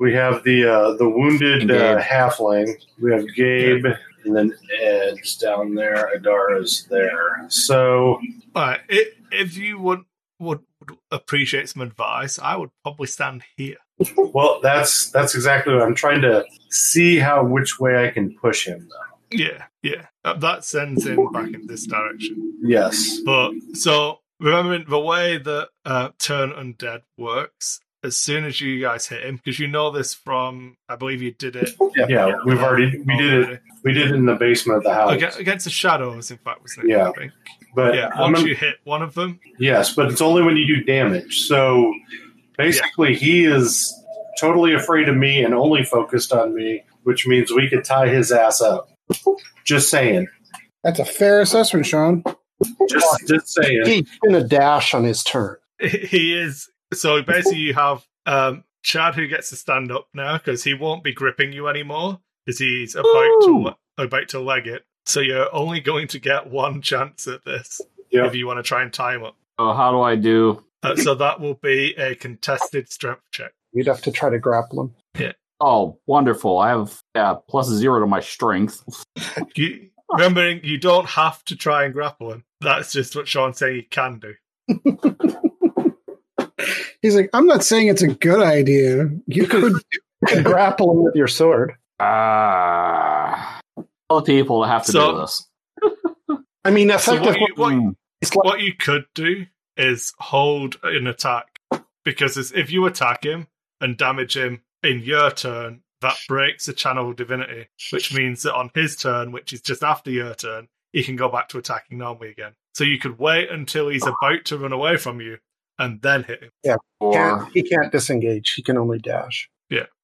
we have the uh, the wounded Gabe. uh, halfling. We have Gabe and then Edge down there. Adara's there. So Alright, i- if you would, would would appreciate some advice, I would probably stand here. well, that's that's exactly what I'm trying to see how which way I can push him. Though. Yeah, yeah. That, that sends him back in this direction. Yes. But so remembering the way that uh, Turn Undead works, as soon as you guys hit him, because you know this from, I believe you did it. Oh, Yeah, we've already we did it we did it in the basement of the house. Aga- against the shadows. In fact, was the Yeah. yeah. thing. But Yeah, I'm once gonna- you hit one of them, yes, but it's only when you do damage. So basically, he is totally afraid of me and only focused on me, which means we could tie his ass up. Just saying. That's a fair assessment, Sean. Just just saying. He's going to dash on his turn. [laughs] he is. So basically, you have um, Chad who gets to stand up now because he won't be gripping you anymore because he's about to le- about to leg it. So you're only going to get one chance at this Yeah. if you want to try and time up. Oh, how do I do? Uh, so that will be a contested strength check. You'd have to try to grapple him. Oh, wonderful. I have yeah, plus zero to my strength. You, remembering you don't have to try and grapple him. That's just what Sean's saying you can do. He's like, I'm not saying it's a good idea. You could. You can grapple him with your sword. Ah. All the people that have to So- do this. I mean, So what effectively, you, what, Hmm. it's like what you could do is hold an attack because it's- if you attack him and damage him in your turn, that breaks the channel of divinity, which means that on his turn, which is just after your turn, he can go back to attacking normally again. So you could wait until he's about to run away from you and then hit him. Or- can't, he can't disengage. He can only dash.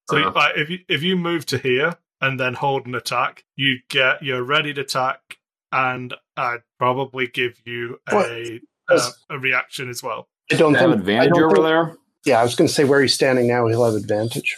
So Uh-huh. like, if you if you move to here and then hold an attack, you get your readied attack, and I'd probably give you a uh, Does- a reaction as well. I don't They have think, I advantage don't over think- there? Yeah, I was going to say where he's standing now, he'll have advantage.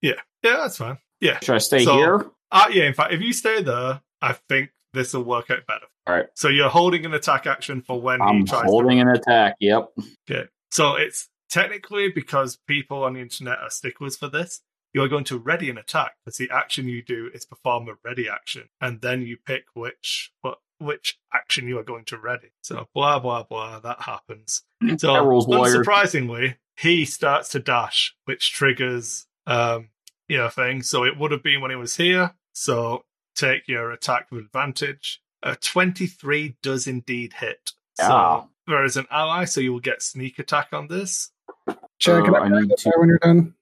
Yeah, that's fine. Yeah, Should I stay So- here? Uh, yeah, in fact, if you stay there, I think this will work out better. All right. So you're holding an attack action for when he I'm tries holding to. an attack. Yep. Okay. So it's technically because people on the internet are sticklers for this. You are going to ready an attack because the action you do is perform a ready action, and then you pick which what which action you are going to ready. So blah blah blah. That [clears throat] happens. So That rules, lawyer. unsurprisingly, he starts to dash, which triggers um your thing. So it would have been when he was here. So take your attack with advantage. A twenty-three does indeed hit. Yeah. So there is an ally, so you will get sneak attack on this. Uh, Chad, can I, I borrow need that to- die when you're done?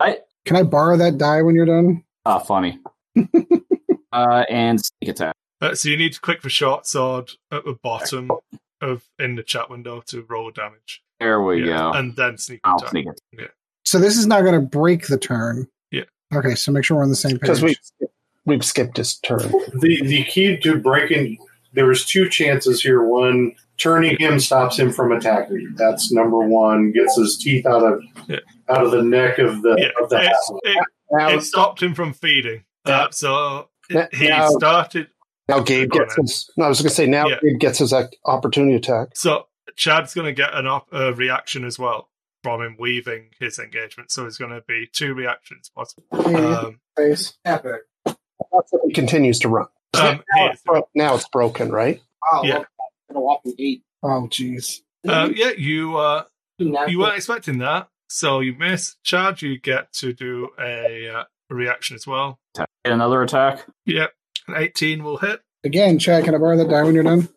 I- Can I borrow that die when you're done? [laughs] Ah, funny. uh, and sneak attack. Uh, so you need to click the short sword at the bottom of in the chat window to roll damage. There we Yeah, Uh, go. And then sneak I'll attack. sneak attack. So this is not going to break the turn. Yeah. Okay, so make sure we're on the same page. Because we, we've skipped his turn. The the key to breaking there was two chances here. One, turning him stops him from attacking. That's number one. Gets his teeth out of Yeah. out of the neck of the Yeah, of the it, house. it, Now, it stopped him from feeding. Uh, so Yeah, he now- started. now Gabe Go on, gets his. No, I was going to say now Yeah. Gabe gets his ac- opportunity attack. So Chad's going to get an op- a reaction as well from him leaving his engagement. So it's going to be two reactions possible. Um, Face. Epic. That's if he continues to run. um, he Now is- it's, bro- now it's broken, right? Wow. Yeah. look, what A whopping eight. oh, jeez. Mm-hmm. um, yeah, you uh, Natural. you weren't expecting that, so you miss. Chad, you get to do a uh, reaction as well. Get Another attack. [laughs] Yep, an eighteen will hit. Again, Chad, can I borrow that die when you're done?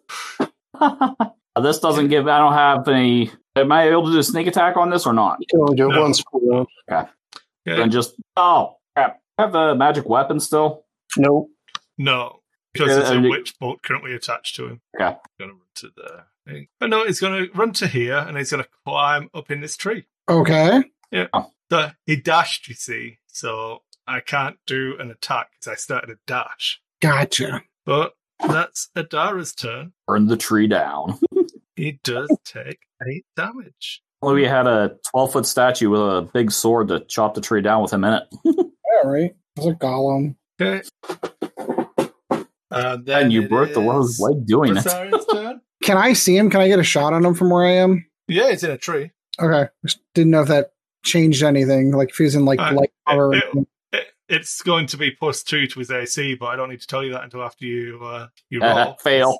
Uh, this doesn't give. I don't have any. Am I able to do a sneak attack on this or not? You can only do it No. once per round. Okay. And just oh crap! I have a magic weapon still. No, No, because Yeah, it's a and it- witch bolt currently attached to him. Okay. Going to run to there. I think. But no, he's going to run to here and he's going to climb up in this tree. Okay. So he dashed, you see, so I can't do an attack because I started a dash. Gotcha. But that's Adara's turn. Burn the tree down. He [laughs] does take eight damage. Well, we had a twelve foot statue with a big sword to chop the tree down with him in it. All right. There's a golem. Okay. And then And you it broke the world's is leg doing it. [laughs] Vasari's turn. Can I see him? Can I get a shot on him from where I am? Yeah, it's in a tree. Okay. Just didn't know if that changed anything. Like if he was in like Uh, light it- cover. it- It, It's going to be plus two to his AC, but I don't need to tell you that until after you uh, you [laughs] roll. Fail.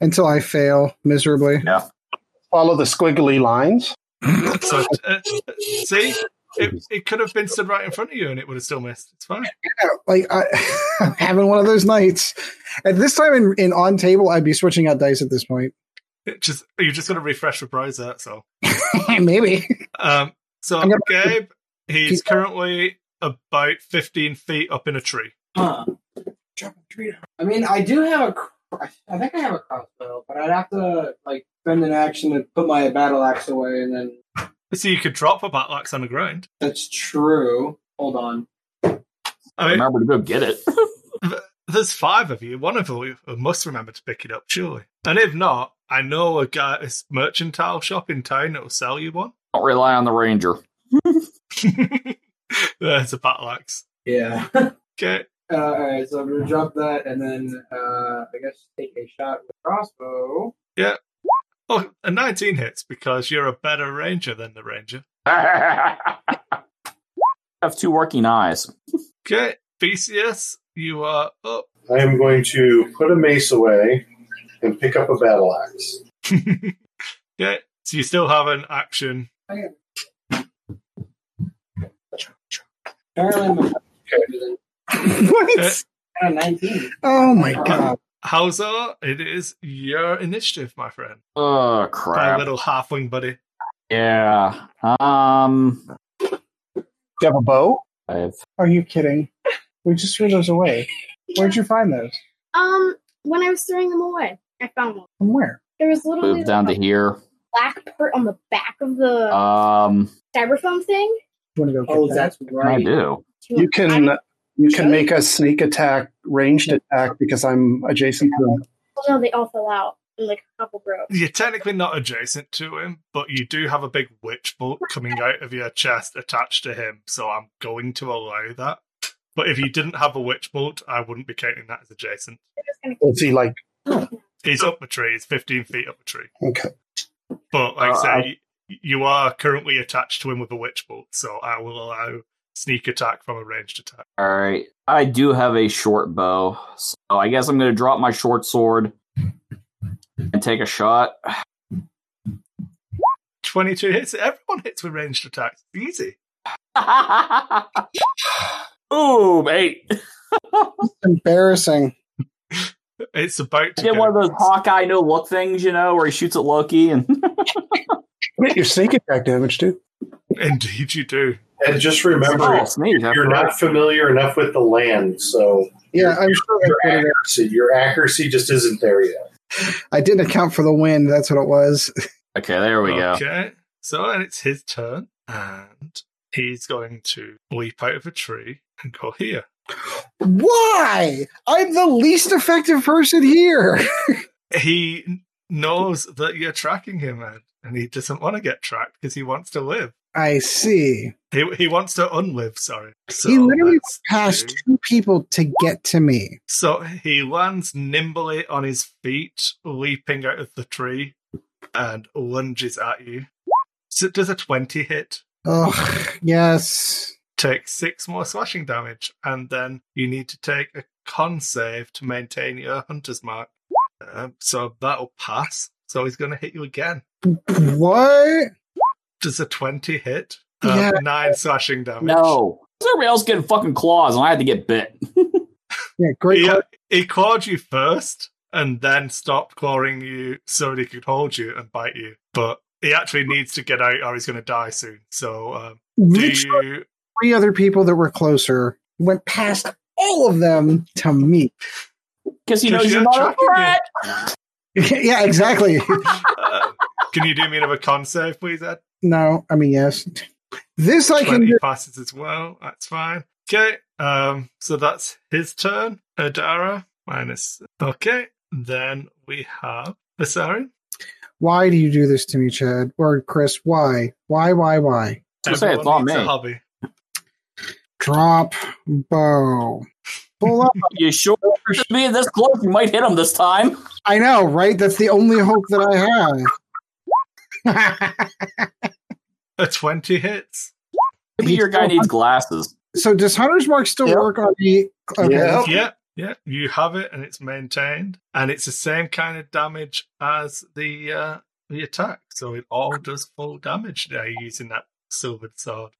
until I fail miserably. Follow the squiggly lines. so uh, see, [laughs] it, it could have been stood right in front of you, and it would have still missed. It's fine. Like I, [laughs] I'm having one of those nights. At this time in, in on table, I'd be switching out dice at this point. [laughs] It just you're just going to refresh the prize. That's all. Maybe. [laughs] Um, so I'm gonna- Gabe, he's currently about 15 feet up in a tree. Huh. Drop a tree down. I mean, I do have a. cr- I think I have a crossbow, but I'd have to like spend an action to put my battle axe away, and then So you could drop a battle axe on the ground. that's true. Hold on. I mean, Remember to go [laughs] get it. there's five of you. One of you must remember to pick it up, surely. And if not, I know a guy, a mercantile shop in town that will sell you one. [laughs] Don't rely on the ranger. [laughs] There's a battle axe. [laughs] Yeah. Okay. Uh, all right, so I'm gonna drop that, and then uh, I guess take a shot with crossbow. Oh, a 19 hits because you're a better ranger than the ranger. have two working eyes. Okay. Theseus, you are up. I am going to put a mace away and pick up a battle axe. okay. So you still have an action. Apparently, I'm a- Okay. what? I'm a 19. Oh my god! Hauser, it is your initiative, my friend. Oh My crap! little halfling buddy. Yeah. Um. Do you have a bow? I've Are you kidding? We just threw those away. Where'd you find those? Um, when I was throwing them away, I found one. From where? There was literally moved down to like, a here. black part on the back of the Um. styrofoam thing. You want to go? Oh, get that? that's what I right. do. Do You I can don't you can make a sneak attack, ranged attack because I'm adjacent to them. know they all fell out in like a couple rows. You're technically not adjacent to him, but you do have a big witch bolt coming out of your chest attached to him, so I'm going to allow that. But if you didn't have a witch bolt, I wouldn't be counting that as adjacent. They're just gonna Is he like He's up a tree, he's 15 feet up a tree. okay? But like I Uh, say, I- y- you are currently attached to him with a witch bolt, so I will allow sneak attack from a ranged attack. All right. I do have a short bow, so I guess I'm going to drop my short sword and take a shot. 22 hits, everyone hits with ranged attacks. Easy. [laughs] Ooh, mate! embarrassing. It's about I to did go. one of those Hawkeye no look things, you know, where he shoots at Loki and [laughs] Wait, your sneak attack damage too. Indeed, you do. And just remember, oh, sneeze. I you're forgot. not familiar enough with the land, so Yeah, I'm sure I your put it. accuracy, your accuracy just isn't there yet. I didn't account for the wind. That's what it was. [laughs] Okay, there we go. Okay. So, and it's his turn, and he's going to leap out of a tree and go here. Why? I'm the least effective person here. [laughs] He n- knows that you're tracking him, Ed, and he doesn't want to get tracked because he wants to live. I see. He he wants to unlive. Sorry. So he literally let's passed do- two people to get to me. So he lands nimbly on his feet, leaping out of the tree, and lunges at you. So does a twenty hit? Oh, yes. take six more slashing damage, and then you need to take a con save to maintain your hunter's mark. Um, so that'll pass. So he's going to hit you again. What? Does a 20 hit? Um, Yeah. Nine slashing damage. No. Is everybody else getting fucking claws and I had to get bit? Yeah, great. He, call. he clawed you first and then stopped clawing you so that he could hold you and bite you. But he actually needs to get out or he's going to die soon. So um, do Literally you. three other people that were closer went past all of them to me. [laughs] Because he Because knows you're you're not a tracking threat. yeah, exactly. [laughs] uh, can you do me another con save, please, Ed? No, I mean, yes. This I can 20 do. passes as well. That's fine. Okay. Um, so that's his turn. Adara minus. Okay. Then we have uh, Vasari. Why do you do this to me, Chad? Or Chris, why? Why, why, why? gonna say, it's Everyone not needs a me. hobby. Drop bow. Pull up. You sure? Me this close, you might hit him this time. I know, right? That's the only hope that I have. [laughs] A 20 hits. Maybe your guy needs glasses. So does Hunter's Mark still Yep. work on the? Yep. Yeah, yeah, you have it, and it's maintained, and it's the same kind of damage as the uh, the attack. So it all does full damage now using that silvered sword.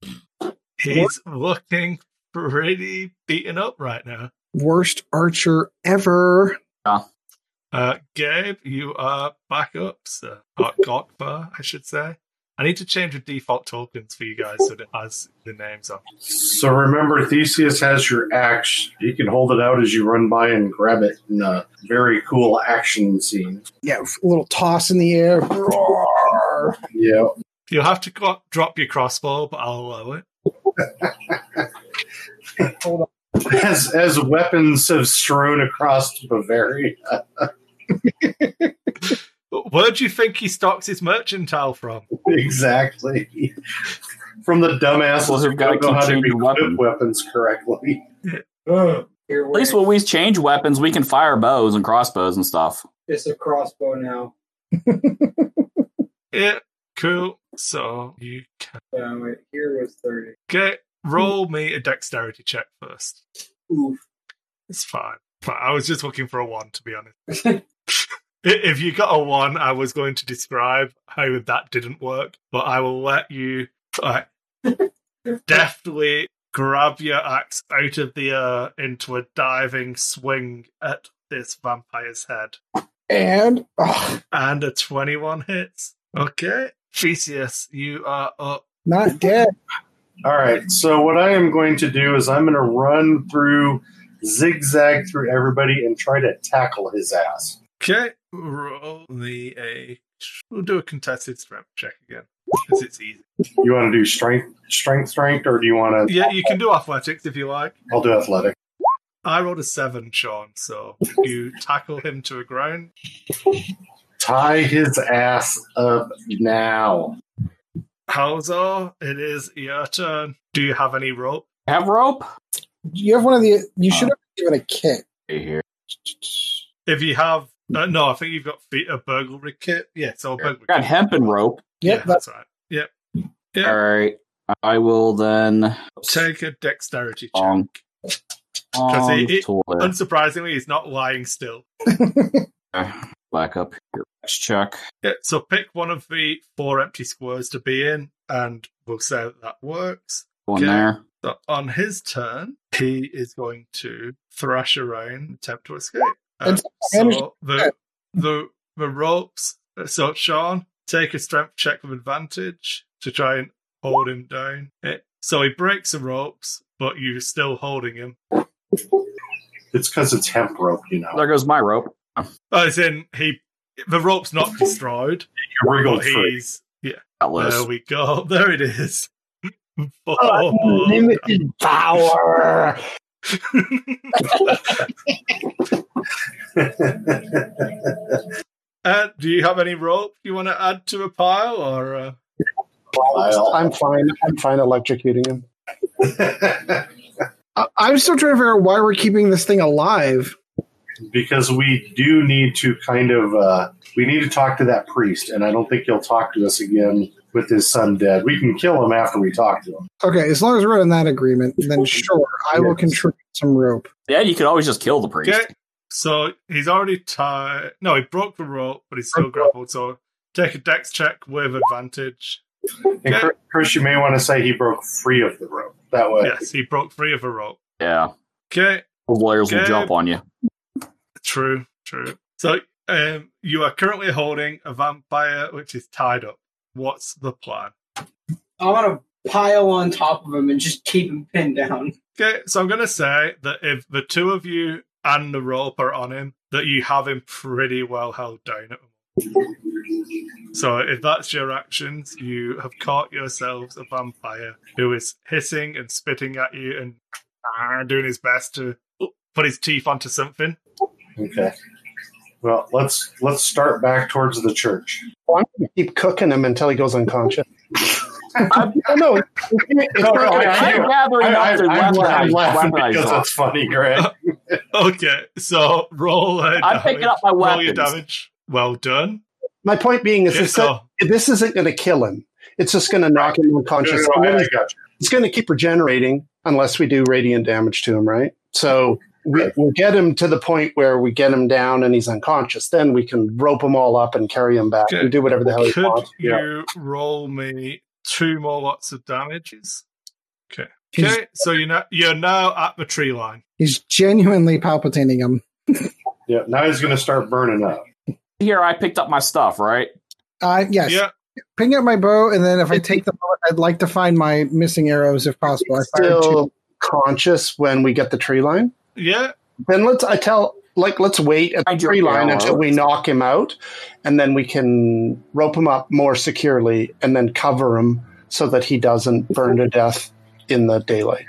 He's looking pretty beaten up right now. Worst archer ever. Uh, Gabe, you are back up, sir. Or Gokba, I should say. I need to change the default tokens for you guys so that it has the names on. So remember, Theseus has your axe. You can hold it out as you run by and grab it in a very cool action scene. Yeah, a little toss in the air. Roar. Yeah. You'll have to go- drop your crossbow, but I'll allow it. As, as weapons have strewn across [laughs] Bavaria. Where do you think he stocks his mercantile from? Exactly. From the Well, dumbasses who they've gotta don't know keep how to changing equip weapon. weapons correctly. Here, At least when we change weapons, we can fire bows and crossbows and stuff. it's a crossbow now. Yeah, cool. So you can Um, wait, here was thirty. get roll me a dexterity check first. Oof. It's fine. But I was just looking for a one, to be honest. I- If you got a one, I was going to describe how that didn't work, but I will let you like, deftly grab your axe out of the air into a diving swing at this vampire's head. And oh, And a 21 hits. Okay. Theseus, you are up. not dead. All right. So what I am going to do is I'm going to run through, zigzag through everybody, and try to tackle his ass. Okay, roll the a. We'll do a contested strength check again because it's easy. You want to do strength, strength, strength, or do you want to? Yeah, you can do athletics if you like. I'll do athletic. I rolled a seven, Sean. So you tackle him to a ground. Tie his ass up now. Halzor, it is your turn. Do you have any rope? Have rope? You have one of the. You should have given a kick. Right Here. If you have, uh, no, I think you've got feet, a burglary kit. Yeah, so a burglary Got kit. hemp and rope. Yeah, Yep, that's that's right. Yep. Yeah. All right. I will then. Take a dexterity check. Bonk. Cause Bonk it- it- toilet. Unsurprisingly, he's not lying still. Back up here. Let's check. Yeah, so pick one of the four empty squares to be in, and we'll say that, that works. One Okay. there. So on his turn, he is going to thrash around, attempt to escape. Um, so the the the ropes. uh, So Sean, take a strength check with advantage to try and hold him down. Eh, So he breaks the ropes, but you're still holding him. It's because it's hemp rope, you know. There goes my rope. As in, he the rope's not destroyed. You wriggled But free. he's yeah. Got loose. There Uh, we go. [laughs] There it is. Oh. unlimited power. Uh, do you have any rope you want to add to a pile, or uh, I'm fine. I'm fine electrocuting him. I, I'm still trying to figure out why we're keeping this thing alive. [laughs] because we do need to kind of uh, we need to talk to that priest, and I don't think he'll talk to us again with his son dead. We can kill him after we talk to him. Okay, as long as we're in that agreement, then sure, I will Yes. contribute some rope. Yeah, you could always just kill the priest. okay? So he's already tied. No, he broke the rope, but he's still grappled. So take a dex check with advantage. And Okay. Chris- Chris, you may want to say he broke free of the rope. That way, Yes, he broke free of a rope. Yeah. Okay, Those lawyers will Okay. jump on [laughs] you. true, true. So um, you are currently holding a vampire which is tied up. What's the plan? I'm gonna pile on top of him and just keep him pinned down. Okay, so I'm gonna say that if the two of you and the rope are on him, that you have him pretty well held down at the moment. So if that's your actions, you have caught yourselves a vampire who is hissing and spitting at you and ah, doing his best to put his teeth onto something. okay. Well, let's let's start back towards the church. Well, I'm going to keep cooking him until he goes [laughs] unconscious. I'm- oh, no, it's- it's No, not no, gonna Oh, I- happen. I'm gathering I, up the am weaponized- laughing weaponized because rock. that's funny, Greg. Okay, so roll. A I'm picking damage- up my Roll your weapons. damage. Well done. My point being is Yeah, this, this isn't going to kill him. It's just going to knock him No, no, unconscious. no, [laughs] I, I got you. It's going to keep regenerating, unless we do radiant damage to him, right? So we, we'll get him to the point where we get him down and he's unconscious. Then we can rope him all up and carry him back Okay. and do whatever the hell he Could wants. you Yeah. roll me two more lots of damages? Okay. He's- Okay, so you're now, you're now at the tree line. He's genuinely palpitating him. Yeah, now he's going to start burning up. Here, I picked up my stuff, right? Uh, yes. Yeah, Ping up my bow, and then if I take the bullet, I'd like to find my missing arrows if possible. I fired two. Still conscious when we get the tree line. yeah. Then let's I tell like let's wait at the Find your tree line until arrows. we knock him out, and then we can rope him up more securely and then cover him so that he doesn't burn to death in the daylight.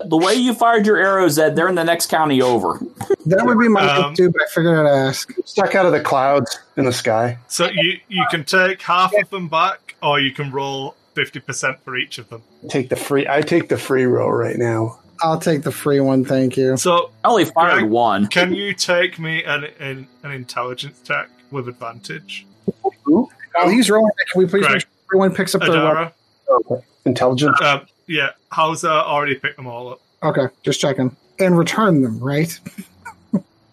The way you fired your arrows, Ed, they're in the next county over. That would be my Um, pick too, but I figured I'd ask. Stuck out of the clouds in the sky. So you you can take half of them back, or you can roll fifty percent for each of them. Take the free I take the free roll right now. I'll take the free one, thank you. So I only fired Right. one. can you take me an an, an intelligence check with advantage, Oh, he's rolling. Can we please Greg. make sure everyone picks up their weapon? Adara? Intelligence Um, yeah, Hauser already picked them all up. Okay, just checking. And return them, right?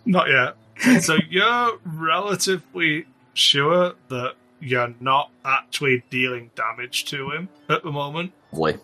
Not yet. So you're relatively sure that you're not actually dealing damage to him at the moment. Lovely.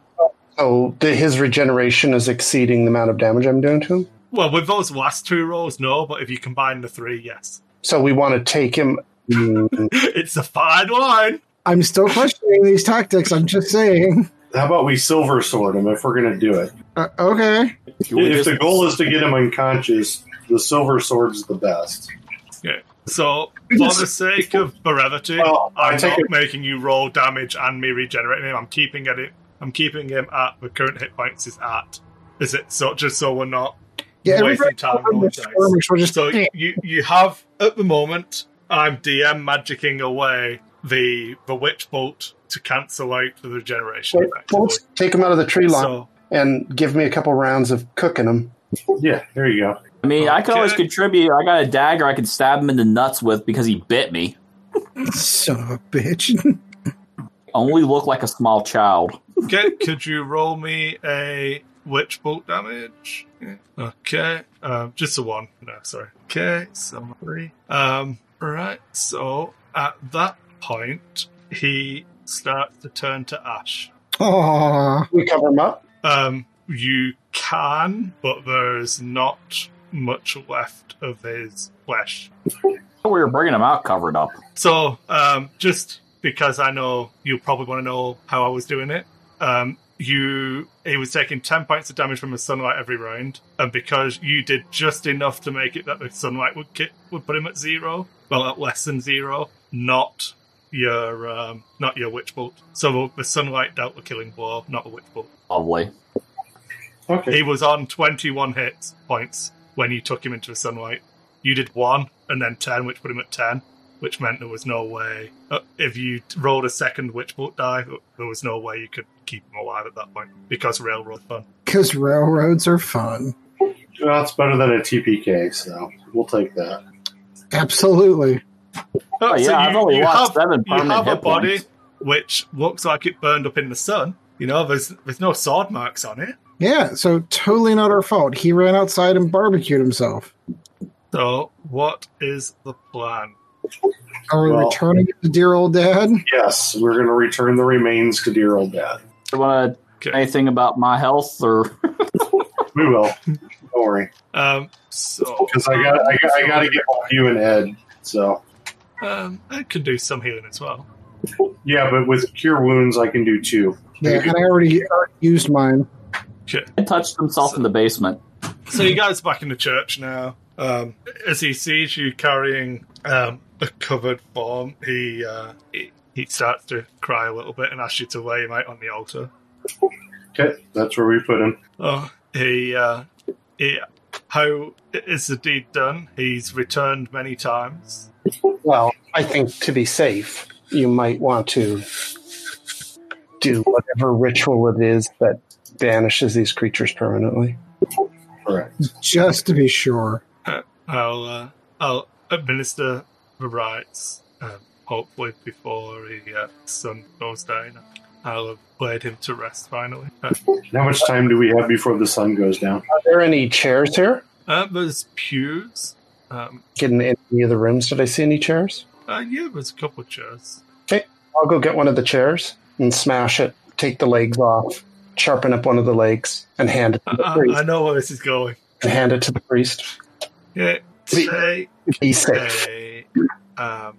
Oh, the, his regeneration is exceeding the amount of damage I'm doing to him. Well, with those last two rolls, no, but if you combine the three, yes. [laughs] So we want to take him. Mm, It's a fine line. I'm still questioning these tactics. I'm just saying. How about we silver sword him if we're going to do it? Uh, okay. Can we if just- the goal is to get him unconscious, the silver sword's the best. So, for the sake of brevity, Well, I I'm take not it. making you roll damage and me regenerating him. I'm keeping at it. I'm keeping him at the current hit points is at. Is it so? Just so we're not Yeah, wasting everybody. time rolling dice. We're just So you you have at the moment. I'm DM magicking away the the witch bolt to cancel out the regeneration. well, effectively. let's Mm. take him out of the tree line So and give me a couple rounds of cooking him. Yeah, there you go. I mean, I could always Okay. contribute. I got a dagger I could stab him in the nuts with because he bit me. son of a bitch. [laughs] Only look like a small child. okay, could you roll me a witch bolt damage? Okay, um, just a one. No, sorry. Okay, so three. Um, right. So at that point, he starts to turn to ash. Aw. We cover him up. Um, you can, but there's not much left of his flesh. We were bringing him out covered up. So, um, just because I know you probably want to know how I was doing it, um, you he was taking ten points of damage from the sunlight every round, and because you did just enough to make it that the sunlight would ki- would put him at zero, well, at less than zero, not your um, not your witch bolt. So the sunlight dealt the killing blow, not the witch bolt. Lovely. Okay. He was on 21 hit points when you took him into the sunlight. You did one and then 10, which put him at 10, which meant there was no way. Uh, if you rolled a second Witch Bolt die, there was no way you could keep him alive at that point because railroad fun. Because railroads are fun. Well, it's better than a TPK, so we'll take that. Absolutely. Oh, yeah, I've only lost seven You permanent have a hit body points. which looks like it burned up in the sun. You know, there's there's no sword marks on it. Yeah, so totally not our fault. He ran outside and barbecued himself. So, what is the plan? Are we Well- returning to dear [laughs] old dad? Yes, we're going to return the remains to dear old dad. You want to Okay. anything about my health or We will. Don't worry, Um, so, because I got I got, I got to get both you and Ed. So um, I can do some healing as well. yeah, but with cure wounds, I can do two. Yeah, and I already, already used mine. Ed touched himself in the basement? So you guys back in the church now. Um, as he sees you carrying um, a covered form, he, uh, he he starts to cry a little bit and asks you to lay him out on the altar. Okay, that's where we put him. Oh, he uh, he. How is the deed done? He's returned many times. Well, I think to be safe, you might want to do whatever ritual it is that banishes these creatures permanently. Correct. Just to be sure. I'll uh, I'll administer the rites. Um, hopefully before the uh, sun goes down. I'll have laid him to rest finally. How much time do we have before the sun goes down? Are there any chairs here? Uh, there's pews. Um, Get in any of the rooms. Did I see any chairs? uh, yeah, there's a couple chairs. I'll go get one of the chairs and smash it. Take the legs off. Sharpen up one of the legs and hand it I, to the I, I priest. know where this is going. And hand it to the priest. Yeah, take Be safe. a, um,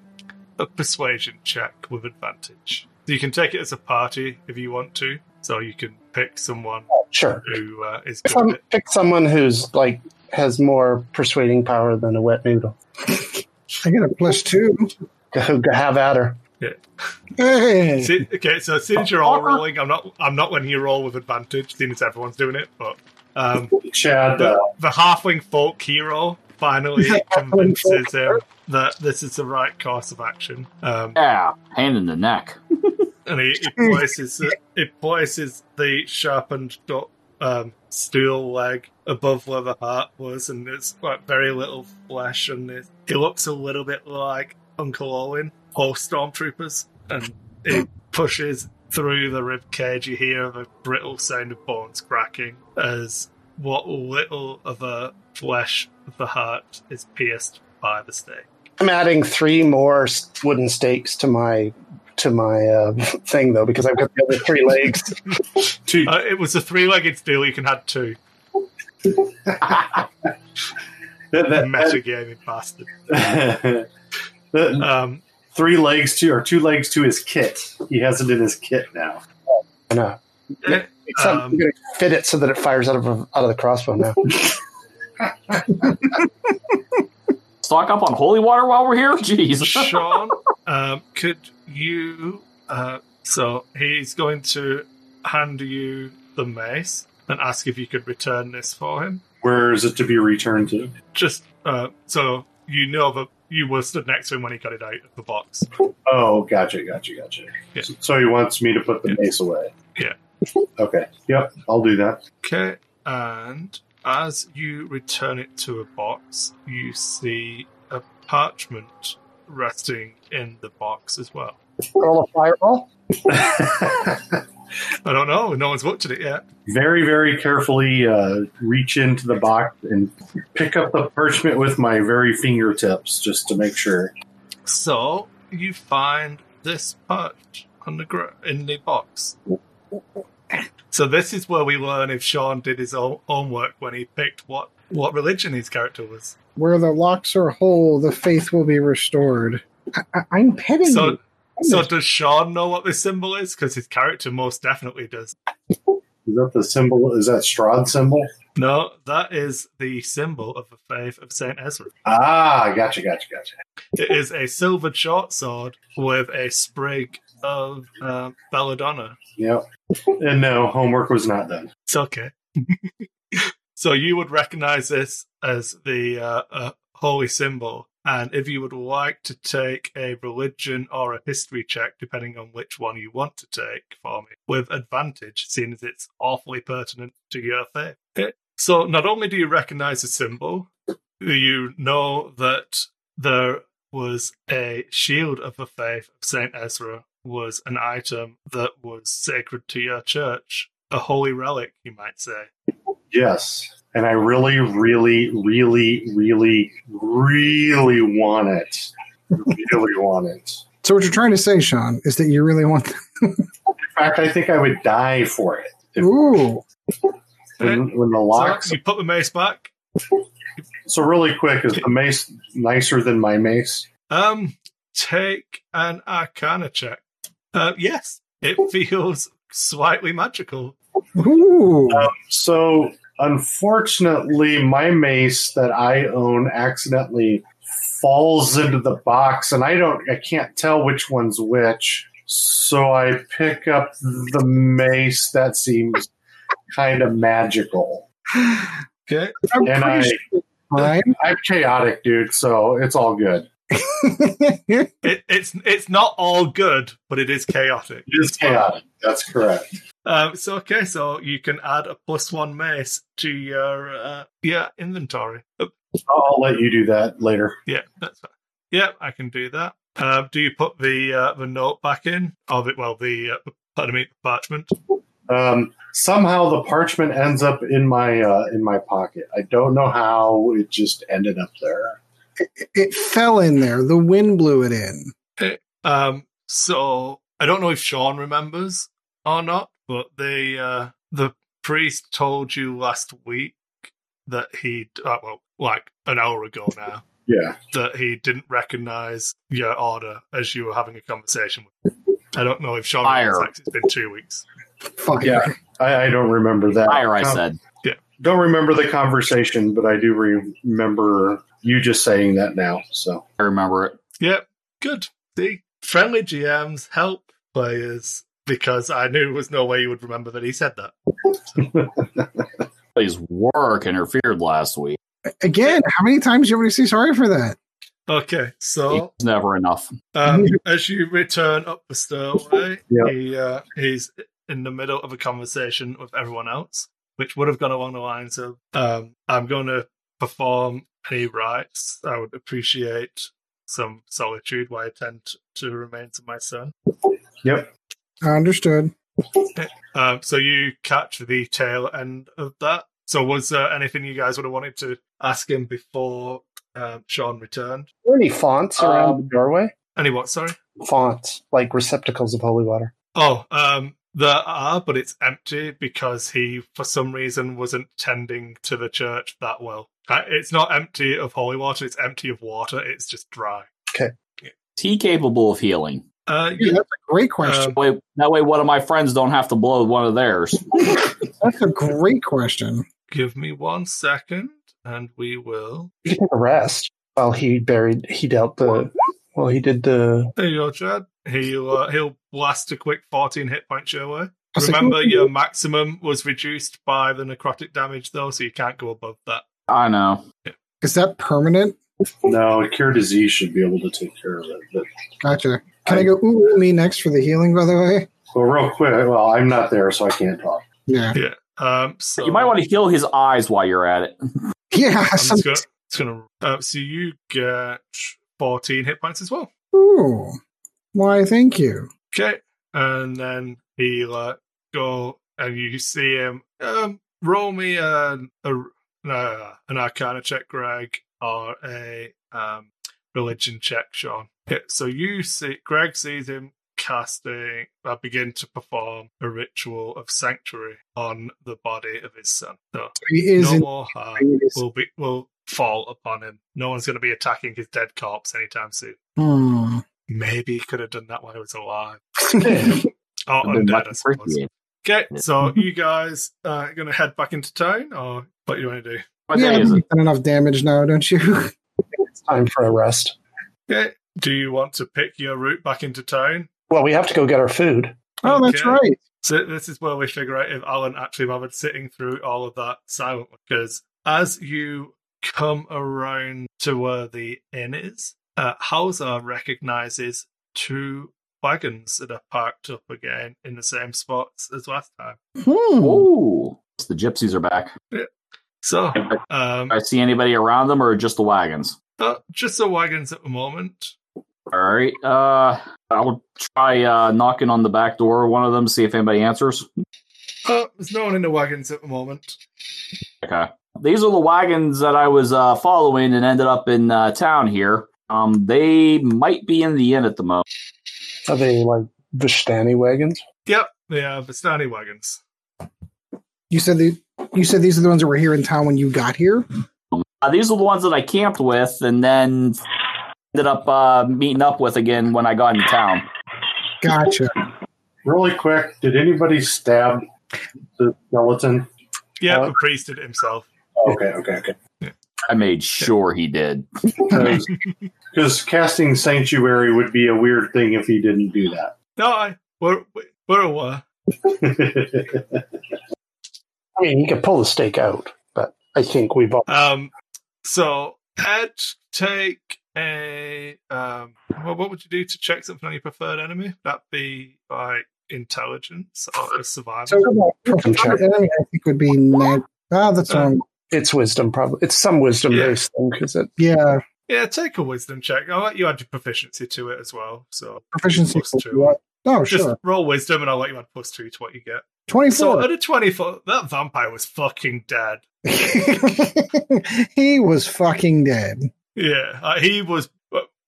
a persuasion check with advantage. So you can take it as a party if you want to. So you can pick someone Sure. who uh, is If good I'm, at it. pick someone who's like has more persuading power than a wet noodle. I get a plus two. Go, go have at her. Hey. See, okay, so since you're all rolling, I'm not. I'm not when you roll with advantage, seeing as everyone's doing it. But um, Chad, uh, the, the halfling folk hero finally Yeah, [laughs] halfling folk. convinces him that this is the right course of action. Um, Yeah, hand in the neck. and he, he places it, it places the sharpened do- um, steel leg above where the heart was, and it's like very little flesh, and it, he looks a little bit like Uncle Owen or stormtroopers, and it pushes through the rib cage. You hear the brittle sound of bones cracking as what little of the flesh of the heart is pierced by the stake. I'm adding three more s- wooden stakes to my to my uh, [laughs] thing though because I've got the other three legs. two, Uh, it was a three-legged steel. You can have two. that, that- Metagaming bastard. that- [laughs] that- Um, three legs to or two legs to his kit. He has it in his kit now. And, uh, except Um, I'm going to fit it so that it fires out of a- out of the crossbow now. Stock up on holy water while we're here. [laughs] Jeez. Sean, um, could you? Uh, so he's going to hand you the mace and ask if you could return this for him. Where is it to be returned to? Just uh, so you know that you were stood next to him when he got it out of the box. Oh, gotcha, gotcha, gotcha. Yeah. So he wants me to put the Yeah. mace away. Yeah. Okay. Yep. I'll do that. [laughs] Okay, and as you return it to a box, you see a parchment resting in the box as well. Roll a fireball. I don't know. No one's looked at it yet. very, very carefully uh, reach into the box and pick up the parchment with my very fingertips just to make sure. So you find this punch on the gr- in the box. So this is where we learn if Sean did his own homework when he picked what what religion his character was. Where the locks are whole, the faith will be restored. I, I, I'm petting So you. so does Sean know what this symbol is? Because his character most definitely does. Is that the symbol? Is that Strahd symbol? No, that is the symbol of the faith of Saint Ezra. Ah, gotcha, gotcha, gotcha. It is a silvered short sword with a sprig of uh, belladonna Yep. And no, homework was not done. It's okay. [laughs] so you would recognize this as the uh, uh, holy symbol, and if you would like to take a religion or a history check, depending on which one you want to take for me, with advantage, seeing as it's awfully pertinent to your faith. Okay. So not only do you recognize the symbol, you know that there was a shield of the faith of Saint Ezra was an item that was sacred to your church, a holy relic, you might say. Yes. And I really, really, really, really, really want it. really want it. So what you're trying to say, Sean, is that you really want In fact, I think I would die for it. If, Ooh. when, when the locks. So you put the mace back. So, really quick, is the mace nicer than my mace? Um, take an Arcana check. Uh, yes, it feels slightly magical. Ooh. So, unfortunately, my mace that I own accidentally falls into the box, and I don't, I can't tell which one's which. So I pick up the mace that seems kind of magical, Okay. I'm and I, pretty sure, right? I'm chaotic, dude. So it's all good. It, it's it's not all good, but it is chaotic. It is chaotic. That's correct. Um, so okay, so you can add a plus one mace to your uh, your inventory. Uh, I'll, I'll let you do that later. Yeah, that's fine. Yeah, I can do that. Um, do you put the uh, the note back in? Of it, well, the uh, Pardon me, parchment. Um, somehow the parchment ends up in my uh, in my pocket. I don't know how it just ended up there. [laughs] It fell in there. The wind blew it in. Um, so I don't know if Sean remembers or not, but they uh, the priest told you last week that he uh, well, like an hour ago now, Yeah, that he didn't recognize your order as you were having a conversation with. Him. I don't know if Sean. Fire. remembers, It's been two weeks. Fire. Yeah. I, I don't remember that. Fire, I Com- said. Don't remember the conversation, but I do re- remember you just saying that now. So I remember it. Yep. Good. See, friendly GMs help players because I knew there was no way you would remember that he said that. His work interfered last week. Again, how many times do you want me to say sorry for that? Okay, so It's never enough. Um, as you return up the stairway, Yeah. he uh, he's in the middle of a conversation with everyone else, which would have gone along the lines of, um, "I'm going to perform any rites. I would appreciate some solitude. Why I tend to remain to my son." Understood. Um, so you catch the tail end of that. So was there anything you guys would have wanted to ask him before um, Sean returned? Were any fonts around Um, the doorway? Any what? Sorry. Fonts, like receptacles of holy water. Oh, um, there are, but it's empty because he, for some reason, wasn't tending to the church that well. Uh, It's not empty of holy water; it's empty of water. It's just dry. Is he capable of healing? Uh, Yeah, yeah, that's a great question. um, Wait, that way one of my friends don't have to blow one of theirs. Uh, that's a great question. give me one second, and we will. You can take a rest while he buried. He dealt the. Well, he did the. There you go, Chad. He'll uh, he'll blast a quick fourteen hit points your way. That's a Remember, good- your maximum was reduced by the necrotic damage, though, so you can't go above that. I know. is that permanent? no, cure disease should be able to take care of it. But, Gotcha. Can I, go ooh, ooh, me next for the healing? By the way, well, real quick, well, I'm not there, so I can't talk. yeah, [laughs] Um, so Oh, You might want to heal his eyes while you're at it. yeah. I'm some- just gonna, just gonna uh, so you get fourteen hit points as well. ooh, why? Thank you. Okay. And then he like go and you see him um roll me an a, uh, an arcana check, Greg, or a um religion check, Sean. Okay, so you see Greg sees him casting uh, begin to perform a ritual of sanctuary on the body of his son. So He is no in- more harm will be will fall upon him. No one's gonna be attacking his dead corpse anytime soon. Hmm. Maybe he could have done that while he was alive. All Oh, It'd be much undead, I suppose. appreciated. Okay, Yeah. so you guys uh, going to head back into town, or what do you want to do? [laughs] What yeah, day I is think it? you've done enough damage now, don't you? [laughs] It's time for a rest. Okay, do you want to pick your route back into town? Well, we have to go get our food. oh, that's Okay. right. So this is where we figure out if Alan actually bothered sitting through all of that silently. Because as you come around to where the inn is, uh, Hauser recognizes two wagons that are parked up again in the same spots as last time. Hmm. Ooh. The gypsies are back. So, um, I see anybody around them or just the wagons? uh, just the wagons at the moment. All right. Uh, I'll try uh, knocking on the back door of one of them, see if anybody answers. Oh, there's no one in the wagons at the moment. Okay. These are the wagons that I was uh, following and ended up in uh, town here. Um, they might be in the inn at the moment. Are they like Vishtani wagons? Yep, they are Vistani wagons. You said the, you said these are the ones that were here in town when you got here. Uh, these are the ones that I camped with and then ended up uh, meeting up with again when I got into town. [laughs] Gotcha. Really quick, did anybody stab the skeleton? Yeah, Uh, the priest did it himself. Oh. Okay, okay, okay. I made sure he did. [laughs] Because casting sanctuary would be a weird thing if he didn't do that. No, I, we're we're aware. I mean, you could pull the stake out, but I think we've all. Um, so Ed, take a um. Well, what would you do to check something on your preferred enemy? That be like intelligence or survival. So, Wisdom check. enemy, I think would be nat- oh, Uh, that's wrong. It's wisdom, probably. It's some wisdom Yeah. based thing because it. Yeah, yeah, take a wisdom check. I'll let you add your proficiency to it as well. So proficiency. Plus two. Oh, Just sure. roll wisdom and I'll let you add plus two to what you get. 24. So at a 24, that vampire was fucking dead. uh, [laughs] he was fucking dead. Yeah, uh, he was.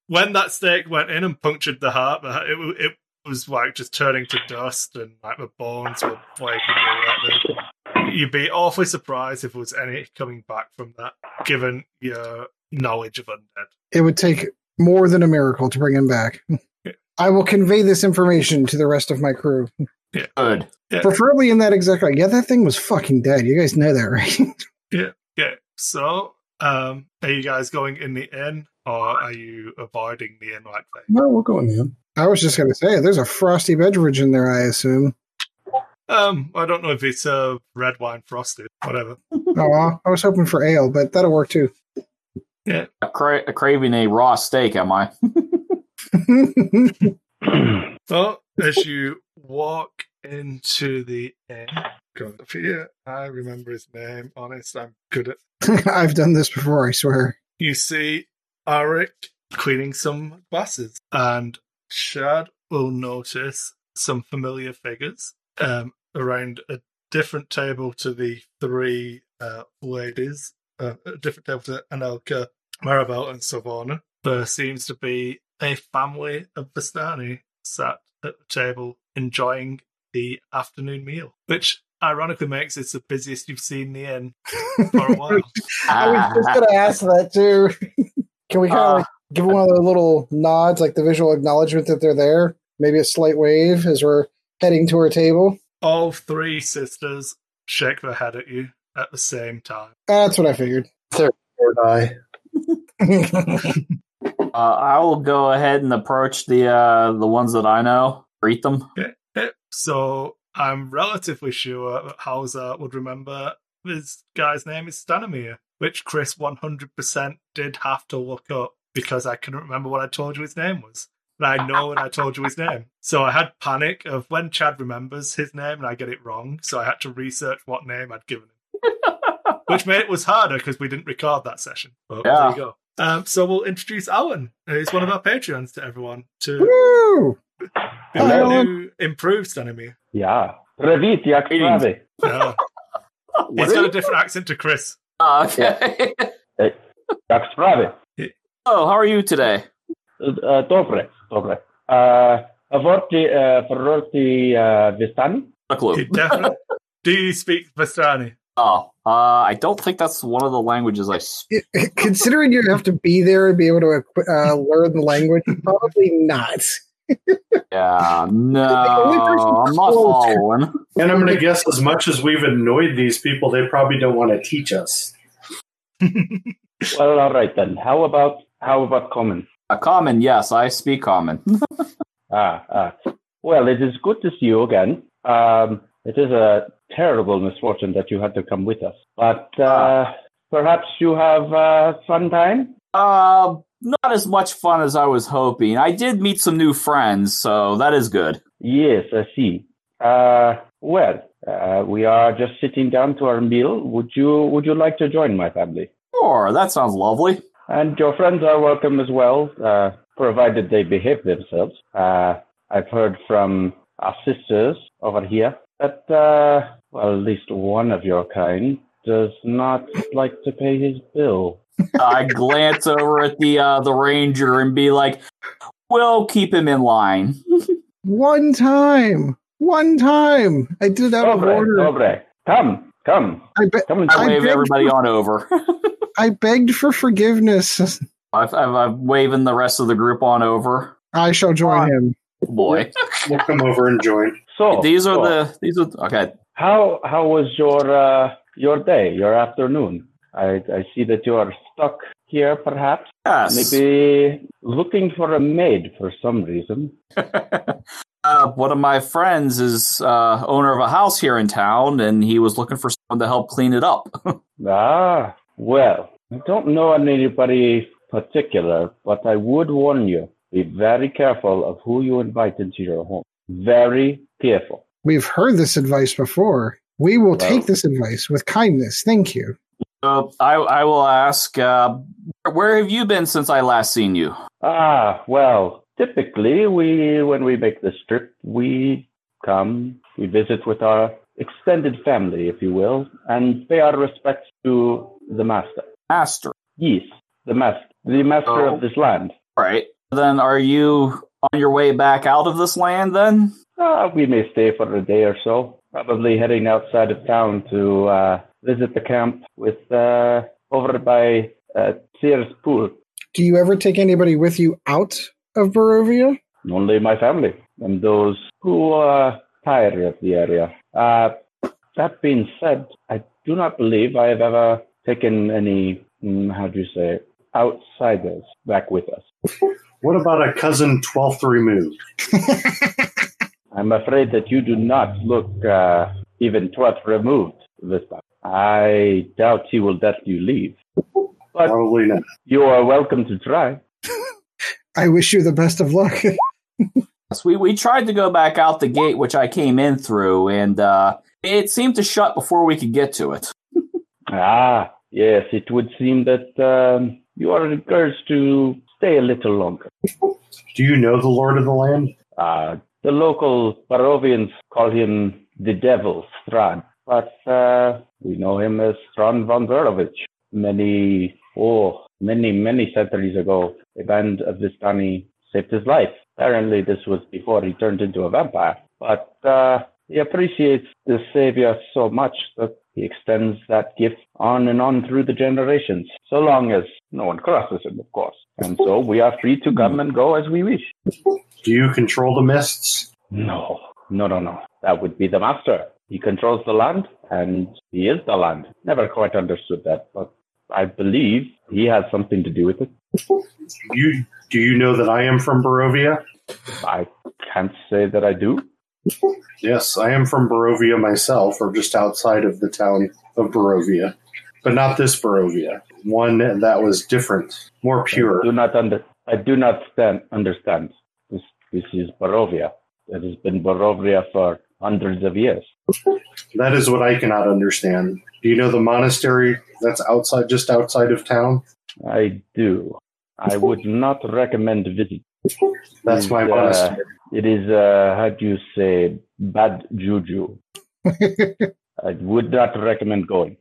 When that stake went in and punctured the heart, the heart- it, wa- it was like just turning to dust and like the bones were flaking away. And You'd be awfully surprised if there was any coming back from that, given your knowledge of undead. It would take more than a miracle to bring him back. I will convey this information to the rest of my crew, Good. preferably in that exact way. Yeah, that thing was fucking dead. You guys know that, right? [laughs] Yeah, so um, are you guys going in the inn or are you avoiding the inn like that? No, we'll go in the end. I was just going to say, there's a frosty beverage in there, I assume. Um, I don't know if it's uh, red wine frosted, whatever. Oh, I was hoping for ale, but that'll work too. [laughs] A cra- a craving a raw steak, am I? Well, as you walk into the inn, God, up here, I remember his name. Honest, I'm good at. I've done this before, I swear. You see Arik cleaning some glasses, and Shad will notice some familiar figures um, around a different table to the three uh, ladies, uh, a different table to Anelka, Maribel, and Savona. There seems to be a family of Bastani sat at the table enjoying the afternoon meal, which ironically makes it the busiest you've seen the inn for a while. [laughs] I was [laughs] just going to ask that too. [laughs] Can we kind of Uh, like give one of the little nods, like the visual acknowledgement that they're there? Maybe a slight wave as we're heading to our table. all three sisters shake their head at you at the same time. That's what I [laughs] figured. Third eye. Uh, I will go ahead and approach the uh, the ones that I know. Greet them. Eh, So I'm relatively sure that Hauser would remember this guy's name is Stanimir, which Chris 100% did have to look up because I couldn't remember what I told you his name was. And I know when I told you his name. So I had panic of when Chad remembers his name and I get it wrong. So I had to research what name I'd given him, which made it was harder because we didn't record that session. But there Yeah. you go. Um, so we'll introduce Alan, who's one of our Patreons to everyone to Woo! Hello, Alan. who improves Stanimir. Yeah. Привет, я Greetings. Крави. [laughs] Yeah. [laughs] What He's is got a it? different accent to Chris. Uh, okay. Как справи? oh, how are you today? Э, Добре, добре. А, Вот э, фрорти э, вестами? A He clue. [laughs] definitely. Do you speak Vistani? Oh, uh, I don't think that's one of the languages I speak. Considering you have to be there and be able to uh, learn the language, probably not. [laughs] Yeah, no, only person I'm not close. following. [laughs] And I'm going to guess as much as we've annoyed these people, they probably don't want to teach us. Well, all right then. How about how about common? A common, yes, I speak common. [laughs] Ah, ah. Well, it is good to see you again. Um, it is a terrible misfortune that you had to come with us, but uh, Ah. perhaps you have a fun time. uh, not as much fun as I was hoping. I did meet some new friends, so that is good. Yes, I see. Uh, well, uh, we are just sitting down to our meal. Would you would you like to join my family? Sure, that sounds lovely. And your friends are welcome as well, uh, provided they behave themselves. Uh, I've heard from our sisters over here that, uh, well, at least one of your kind does not like to pay his bill. I glance over at the uh, the ranger and be like, "We'll keep him in line." One time. One time. I did it out of Dobre, order. dobre. Come, come, I, be- come and I I wave beg everybody on over. [laughs] I begged for forgiveness. I've, I've, I'm waving the rest of the group on over. Oh, I shall join him. Boy, We'll come over and join. So, these are so, the these are okay. How how was your uh, your day, your afternoon? I, I see that you are stuck here, perhaps. Yes. [laughs] Maybe looking for a maid for some reason. uh, one of my friends is uh, owner of a house here in town, and he was looking for someone to help clean it up. Ah, well, I don't know anybody particular, but I would warn you be very careful of who you invite into your home. Very careful. We've heard this advice before. We will take this advice with kindness. Thank you. so I, I will ask, uh, where have you been since I last seen you? Ah, well, typically we when we make this trip we come we visit with our extended family if you will and pay our respects to the master Master. yes the master the master Oh. of this land All right. Then are you on your way back out of this land then? uh, we may stay for a day or so probably heading outside of town to uh, visit the camp with uh, over by uh, Sears Pool Do you ever take anybody with you out of Barovia? only my family and those who are tired of the area. Uh, that being said, I do not believe I have ever taken any, mm, how do you say, it, outsiders back with us. What about a cousin 12th removed? I'm afraid that you do not look uh, even twat removed this time. I doubt he will let you leave. But- Probably not. You are welcome to try. I wish you the best of luck. [laughs] Yes, we, we tried to go back out the gate which I came in through and uh, it seemed to shut before we could get to it. Ah, yes, it would seem that um, you are encouraged to stay a little longer. Do you know the Lord of the Land? Uh, the local Barovians call him the Devil, Strahd, but uh, we know him as Strahd von Borovich. Many, oh, many, many centuries ago, a band of Vistani saved his life. Apparently, this was before he turned into a vampire, but uh, he appreciates the Savior so much that he extends that gift on and on through the generations, so long as no one crosses him, of course. And so we are free to come and go as we wish. Do you control the mists? No, no, no, no. That would be the master. He controls the land, and he is the land. Never quite understood that, but I believe he has something to do with it. You do you know that I am from Barovia? I can't say that I do. Yes, I am from Barovia myself, or just outside of the town of Barovia, but not this Barovia. One that was different, more I do pure. not under. I do not stand, understand. This, this is Barovia. It has been Barovia for hundreds of years. That is what I cannot understand. Do you know the monastery that's outside, just outside of town? I do. I would not recommend visit. That's my Hmm, Yeah. monastery. uh, It is, uh, how do you say, bad [laughs] juju. I would not recommend going.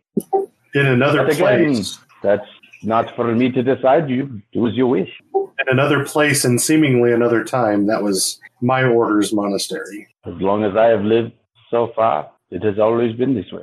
In another But again, place, that's not for me to decide. You do as you wish. in another place, and seemingly another time, that was my order's monastery. As long as I have lived so far, it has always been this way.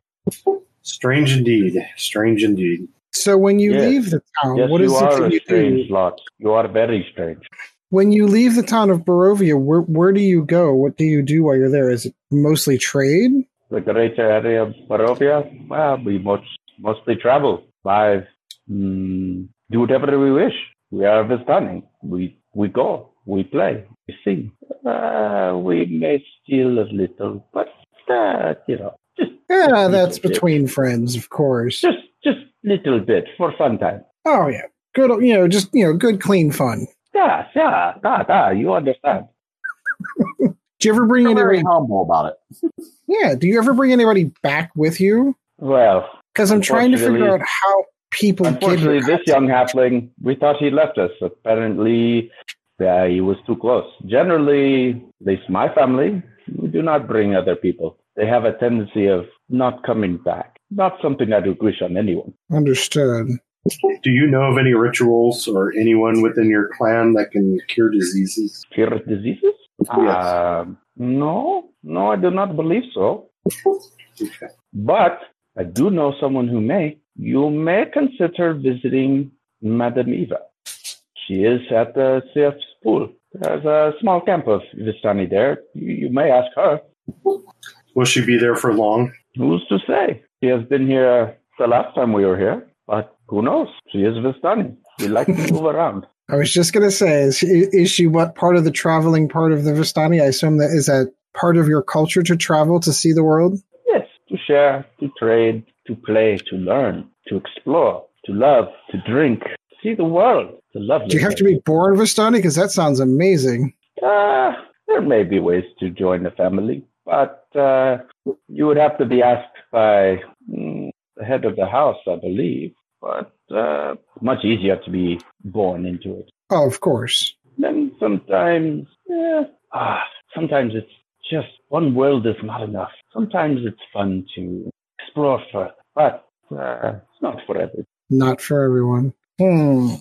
Strange indeed. Strange indeed. so when you Yes. leave the town, yes, what you is it are that a you strange do? lot. You are very strange. When you leave the town of Barovia, where where do you go? What do you do while you're there? Is it mostly trade? The greater area of Barovia, well, we most, mostly travel by, mm, do whatever we wish. We are Vistani. We, we go, we play, we sing. Uh, we may steal a little, but, uh, you know, just, Yeah, that's Yeah. between friends, of course. just, just little bit for fun time. Oh yeah, good. You know, just you know, good, clean fun. Yeah, yeah, da, da, you understand. Do you ever bring They're very anybody? humble about it. Yeah. Do you ever bring anybody back with you? Well, Because I'm trying to figure out Unfortunately- how people get unfortunately, here. this young halfling, we thought he left us. Apparently, yeah, he was too close. Generally, at least my family, we do not bring other people. They have a tendency of not coming back. Not something I would wish on anyone. Understood. Do you know of any rituals or anyone within your clan that can cure diseases? Fear of diseases? Um, no, no, I do not believe so. Okay. But I do know someone who may. You may consider visiting Madame Eva. She is at the CF's pool. There's a small camp of Vistani there. You, you may ask her. Will she be there for long? Who's to say? She has been here the last time we were here, but who knows? She is Vistani. We like to move around. I was just gonna say, is she, is she what part of the traveling part of the Vistani? I assume that is that part of your culture to travel to see the world. Yes, to share, to trade, to play, to learn, to explore, to love, to drink, see the world. It's a lovely. Do you have place. to be born Vistani? Because that sounds amazing. Uh, there may be ways to join the family, but uh, you would have to be asked by mm, the head of the house, I believe. But uh, much easier to be born into it. Oh, of course. Then sometimes, yeah, ah, sometimes it's just one world is not enough. Sometimes it's fun to explore further, but uh, it's not forever. Not for everyone. Hmm.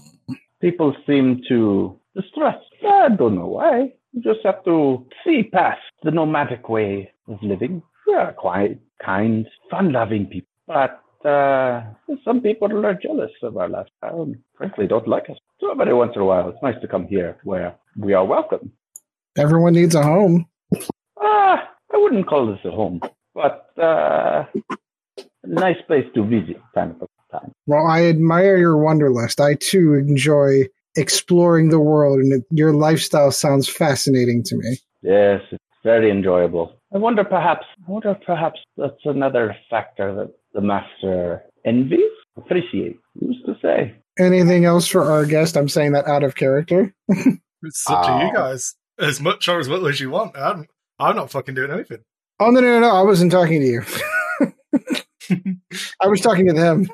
People seem to distrust. I don't know why. You just have to see past the nomadic way of living. They are quite kind, fun-loving people, but uh, some people are jealous of our lifestyle and frankly don't like us. So every once in a while, it's nice to come here where we are welcome. Everyone needs a home. Ah, I wouldn't call this a home, but uh, a nice place to visit time to time. Well, I admire your wanderlust. I too enjoy exploring the world, and it, your lifestyle sounds fascinating to me. Yes, it's very enjoyable. I wonder perhaps, I wonder perhaps that's another factor that the master envies, appreciates. Who's to say? Anything else for our guest? I'm saying that out of character. It's up to Oh. you guys. As much or as little as you want. I'm, I'm not fucking doing anything. Oh no, no, no, no! I wasn't talking to you. [laughs] I was talking to them.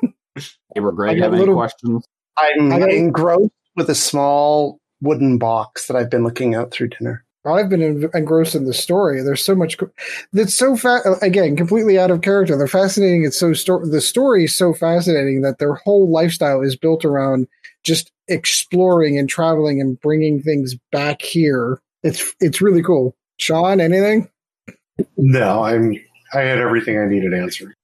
Neighbor Greg, I got have any little- questions? I'm I got- engrossed with a small wooden box that I've been looking out through dinner. I've been en- engrossed in the story. There's so much co- that's so fa- again completely out of character. They're fascinating. It's so sto- the story is so fascinating that their whole lifestyle is built around just exploring and traveling and bringing things back here. It's it's really cool. Sean, anything? No, I'm. I had everything I needed answered.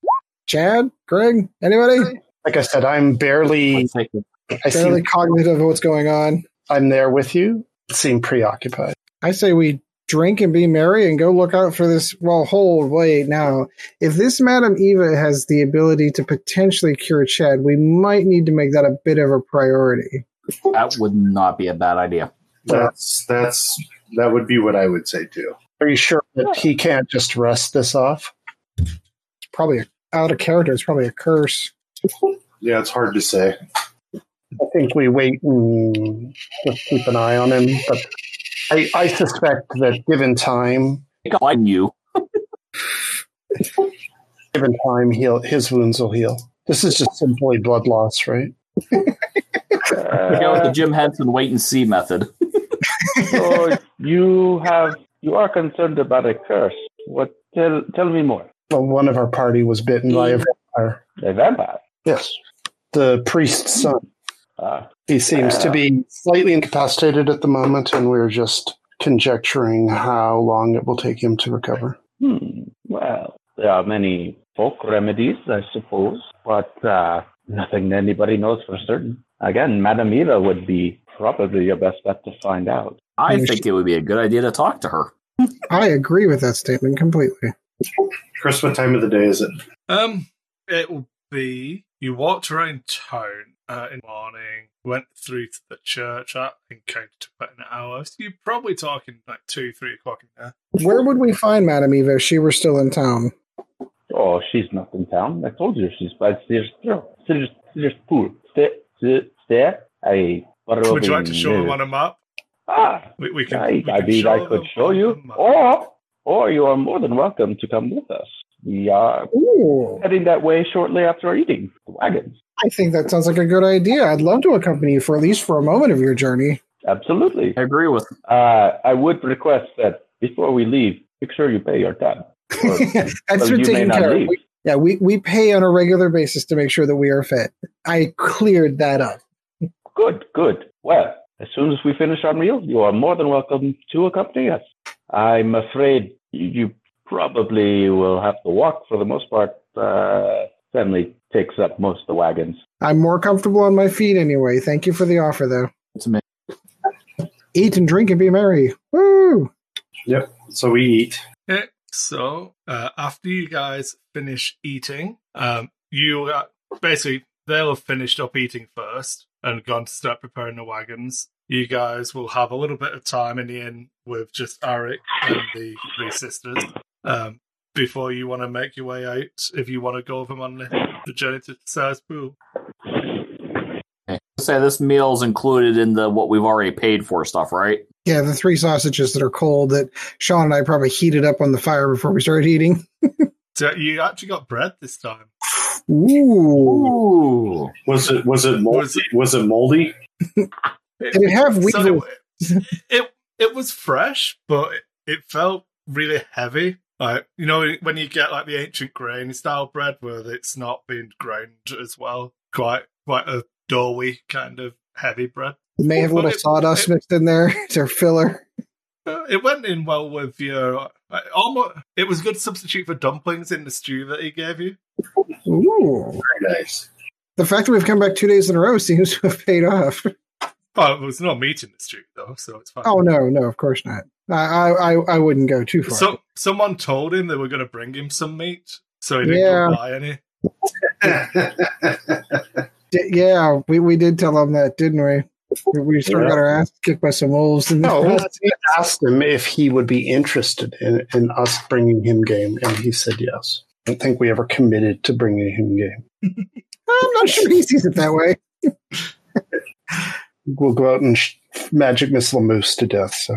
Chad, Greg, anybody? Like I said, I'm barely. Let's take it. I Barely seem, cognitive of what's going on. I'm there with you. Seem preoccupied. I say we drink and be merry and go look out for this. Well, hold, wait, now. If this Madam Eva has the ability to potentially cure Chad, we might need to make that a bit of a priority. That would not be a bad idea. That's that's that would be what I would say too. Are you sure that he can't just rest this off? It's probably a, out of character. It's probably a curse. Yeah, it's hard to say. I think we wait and just keep an eye on him. But I, I suspect that given time, Pick up on you. given time, he'll his wounds will heal. This is just simply blood loss, right? Go with the Uh, Jim Henson wait and see method. so you have, you are concerned about a curse. What? Tell, tell me more. Well, one of our party was bitten by a vampire. A vampire. Yes, the priest's son. Ah, He seems to be slightly incapacitated at the moment, and we're just conjecturing how long it will take him to recover. Hmm. Well, there are many folk remedies, I suppose, but uh, nothing that anybody knows for certain. Again, Madame Eva would be probably your best bet to find out. I Yeah, think it would be a good idea to talk to her. I agree with that statement completely. Chris, what time of the day is it? Um, it will be you walked around town uh, in the morning, went through to the church. I think counted about an hour. So you're probably talking like two, three o'clock in there. Where would we find Madam Eva if she were still in town? Oh, she's not in town. I told you she's by Sears Pool. There, I probably Would you like to show knew. them on a map? Ah, We, we can. I, we I can mean, show I could them show on you. Oh! a map. Or, or you are more than welcome to come with us. We are Ooh, heading that way shortly after eating the wagons. I think that sounds like a good idea. I'd love to accompany you for at least for a moment of your journey. Absolutely. I agree with Uh, I would request that before we leave, make sure you pay your tab. [laughs] Or, That's been or you may taken not care of. leave. Yeah, we, we pay on a regular basis to make sure that we are fit. I cleared that up. Good, good. Well, as soon as we finish our meal, you are more than welcome to accompany us. I'm afraid you, you probably will have to walk for the most part. Uh, family takes up most of the wagons. I'm more comfortable on my feet anyway. Thank you for the offer, though. It's me. Eat and drink and be merry. Woo! So we eat. Okay, so uh, after you guys finish eating, um, you uh, basically they'll have finished up eating first and gone to start preparing the wagons. You guys will have a little bit of time in the inn with just Arik and the three sisters um, before you want to make your way out. If you want to go with them on the, the journey to Sarspool, Okay. Say this meal's included in the what we've already paid for stuff, right? Yeah, the three sausages that are cold that Sean and I probably heated up on the fire before we started eating. so you actually got bread this time. Ooh. Ooh. Was it was it moldy? Was Was it moldy? Did it have wheat? So it, it it was fresh, but it, it felt really heavy. Like you know, when you get like the ancient grain style bread where it's not been ground as well, quite quite a doughy kind of heavy bread. May have a little Well, it- sawdust it- mixed in there. [laughs] It's our filler. Uh, It went in well with your almost. It was a good substitute for dumplings in the stew that he gave you. Ooh. Very [laughs] nice. The fact that we've come back two days in a row seems to have paid off. Oh, there was no meat in the stew though, so it's fine. Oh no, no, of course not. I I, I- I wouldn't go too far. So someone told him they were going to bring him some meat, so he didn't Yeah. go buy any. D- yeah, we, we did tell them that, didn't we? We, we sort of got our ass kicked by some wolves. And [laughs] No, we asked him if he would be interested in, in us bringing him game, and he said yes. I don't think we ever committed to bringing him game. I'm not sure he sees it that way. We'll go out and sh- magic missile a moose to death. So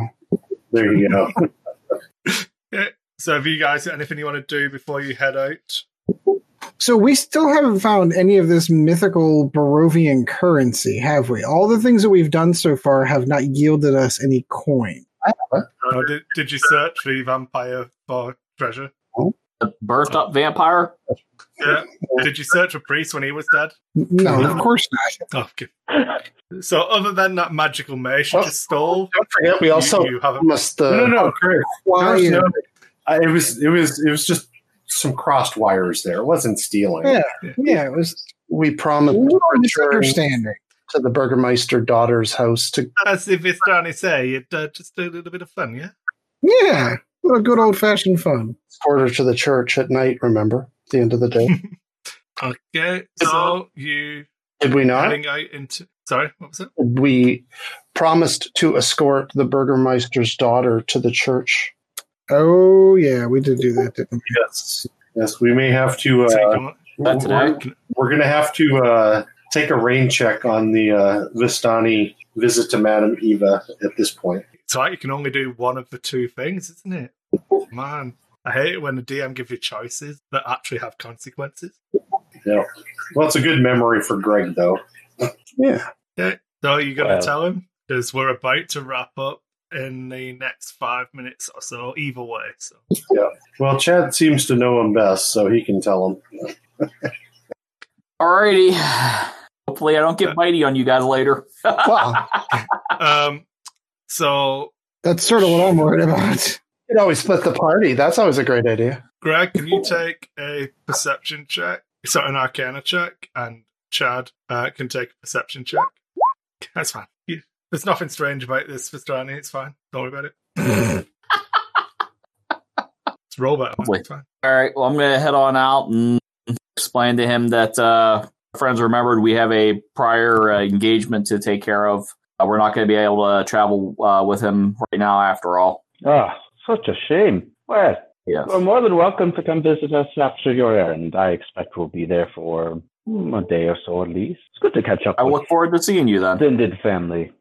There you go. So have you guys got anything you want to do before you head out? So we still haven't found any of this mythical Barovian currency, have we? All the things that we've done so far have not yielded us any coin. Or did, did you search the vampire for treasure? The burst up vampire. Yeah. Did you search for priest when he was dead? No, of course not. Oh, good. So other than that magical mace you just stole, don't forget, we also you, you haven't. uh, promised the. No, no, no. Chris, Why? There was no- I- it was it was it was just some crossed wires there. It wasn't stealing. Yeah. yeah, it [laughs] was We a promised little return misunderstanding. to the Burgermeister daughter's house to As if it's trying to say, it uh, just a little bit of fun, yeah. Yeah, a little good old fashioned fun. escort her to the church at night. Remember, at the end of the [laughs] day, Okay. So you did we not? heading out into? Sorry, what was it? we promised to escort the burgermeister's daughter to the church. Oh yeah, we did do that, didn't we? Yes, yes. We may have to. Take Uh, him- That today? we're, we're gonna have to uh, take a rain check on the uh, Vistani visit to Madame Eva at this point. It's like you can only do one of the two things, isn't it? Man, I hate it when the DM gives you choices that actually have consequences. Well, it's a good memory for Greg, though. Yeah. So you're going to Well. tell him? Because we're about to wrap up in the next five minutes or so, either way. So Well, Chad seems to know him best, so he can tell him. Alrighty. [sighs] Hopefully, I don't get bitey on you guys later. [laughs] [laughs] Wow. Um, so, That's sort of what I'm worried about. You could always split the party. That's always a great idea. Greg, can you take a perception check? So, an arcana check, and Chad uh, can take a perception check. That's fine. You, there's nothing strange about this, Vistrani. It's fine. Don't worry about it. It's robot. man. Lovely. It's fine. All right. Well, I'm gonna head on out and explain to him that uh, our friends remembered we have a prior uh, engagement to take care of. Uh, we're not going to be able to travel uh, with him right now, after all. Ah, such a shame. Well, Yes. you're more than welcome to come visit us after your errand. I expect we'll be there for mm, a day or so at least. It's good to catch up I with look forward to seeing you then. extended family.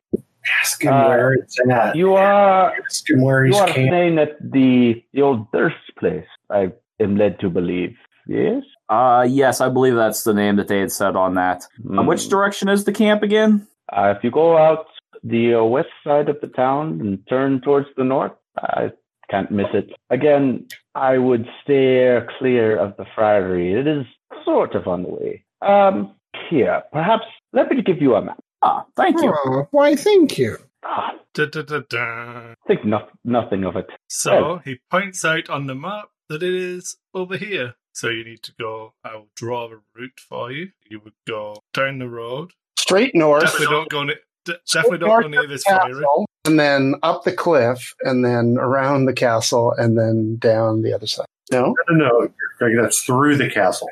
Ask him Uh, where it's at. You are Ask him where You he's are camped. staying at the the old thirst place. I am led to believe. Yes. Uh, yes, I believe that's the name that they had said on that. Uh, which Hmm. direction is the camp again? Uh, if you go out the uh, west side of the town and turn towards the north, I can't miss it. Again, I would steer clear of the friary. It is sort of on the way. Um, here, perhaps let me give you a map. Ah, thank Hmm. you. Oh, why? Thank you. Ah, Da, da, da, da. think no- nothing of it. So he points out on the map that it is over here. So you need to go. I will draw the route for you. You would go down the road. Straight north, Definitely don't go. Ne- de- definitely don't go near this fire. castle, and then up the cliff, and then around the castle, and then down the other side. No, No, no, no, Greg, that's through the castle.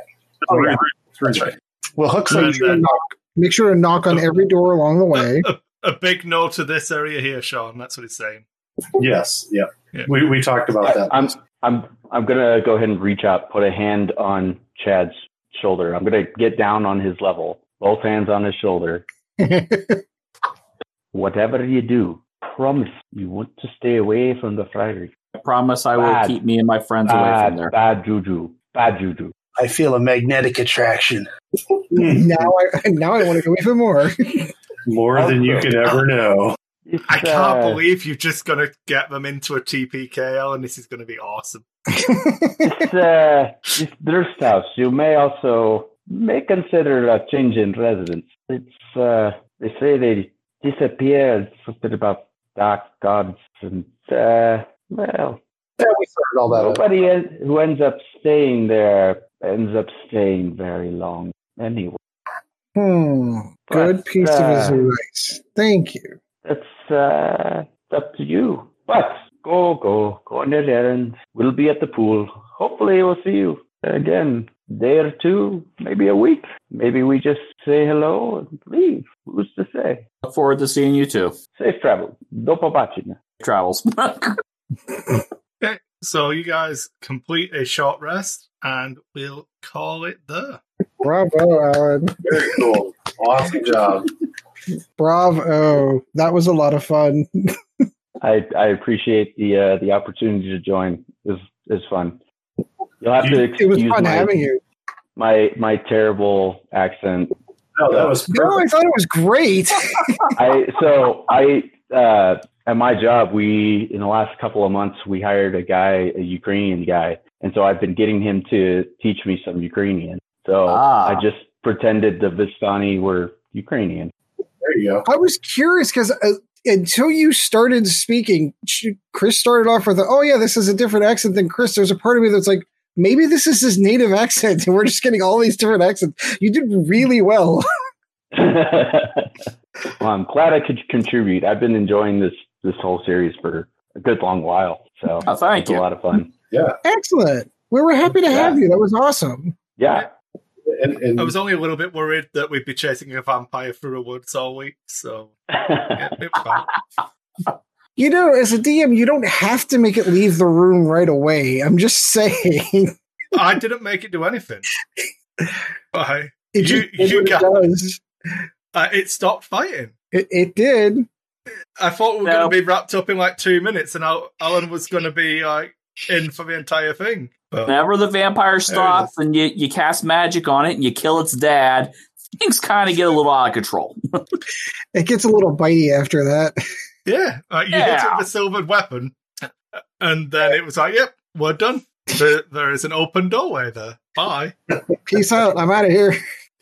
Oh, through, yeah. through the- well, hooks And and then- Make sure to knock on every door along the way. [laughs] A, a big no to this area here, Sean. That's what he's saying. Yes, yeah. Yeah. We, we talked about that. I'm I'm I'm gonna go ahead and reach out, put a hand on Chad's shoulder. I'm gonna get down on his level, both hands on his shoulder. Whatever you do, promise you want to stay away from the friary. I promise I will Bad. keep me and my friends away from Bad, there. bad juju, bad juju. I feel a magnetic attraction. now I now I want to go even more. [laughs] [laughs] More than you Okay. could ever know. It's, I can't uh, believe you're just going to get them into a TPKL and this is going to be awesome. It's, uh, it's Durst House. You may also may consider a change in residence. It's uh, they say they disappeared something about dark gods and uh, well, Yeah, we sorted all that out. nobody en- who ends up staying there ends up staying very long anyway. Hmm. Good But, piece uh, of advice. Thank you. That's uh, up to you. But go, go, go on your errand. We'll be at the pool. Hopefully, we'll see you again. Day or two, maybe a week. Maybe we just say hello and leave. Who's to say? Look forward to seeing you too. Safe travel. Do побачення. Travels. [laughs] So you guys complete a short rest and we'll call it there. Bravo, Alan. Very cool. Awesome job. Bravo. That was a lot of fun. I I appreciate the uh, the opportunity to join. Is is fun. You'll have to It was excuse fun my, having you. my my terrible accent. No, Oh, that was No, I perfect. thought it was great. I so I uh, at my job we in the last couple of months we hired a guy a Ukrainian guy and so I've been getting him to teach me some Ukrainian so Ah. I just pretended the Vistani were Ukrainian [laughs] There you go. I was curious because uh, until you started speaking, sh- Chris started off with, "Oh yeah, this is a different accent than Chris." There's a part of me that's like, maybe this is his native [laughs] accent, and we're just getting all these different accents. You did really well. well I'm glad I could contribute I've been enjoying this this whole series for a good long while so Oh, thank it's a you. lot of fun Excellent. We were happy to have you. That was awesome. yeah And, and I was only a little bit worried that we'd be chasing a vampire through the woods all week, [laughs] so yeah, it's fine. You know, as a DM, you don't have to make it leave the room right away. I'm just [laughs] saying. I didn't make it do anything. I, It You- just did you what got- it does. I, it stopped fighting. It, it did. I thought we were No. going to be wrapped up in like two minutes, and Al- Alan was going to be like in for the entire thing. But Whenever the vampire stops and you, you cast magic on it and you kill its dad, things kind of get a little out of control. It gets a little bitey after that. [laughs] yeah, like, you hit it Yeah. with a silvered weapon, and then it was like, "Yep, we're done. There, there is an open doorway there. Bye." Peace out. I'm out of here.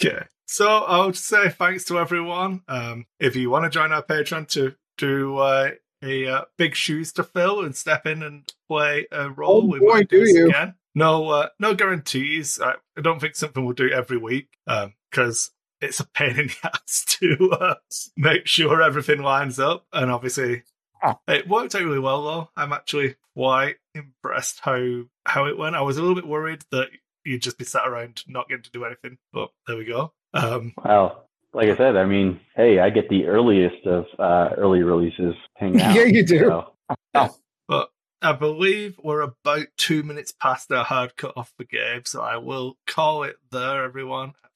Yeah. So I'll just say thanks to everyone. Um, if you want to join our Patreon to do uh, a uh, big shoes to fill and step in and play a role, Oh, we boy, might do do this you. again. No, uh, no guarantees. I, I don't think something we'll do every week because it's a pain in the [laughs] ass to uh, make sure everything lines up. And obviously, Ah. it worked out really well though. I'm actually quite impressed how how it went. I was a little bit worried that you'd just be sat around not getting to do anything, but there we go. Um, well like I said I mean hey I get the earliest of uh, early releases hang out [laughs] Yeah, you do. so. I believe we're about two minutes past our hard cut off for Gabe, so I will call it there, everyone.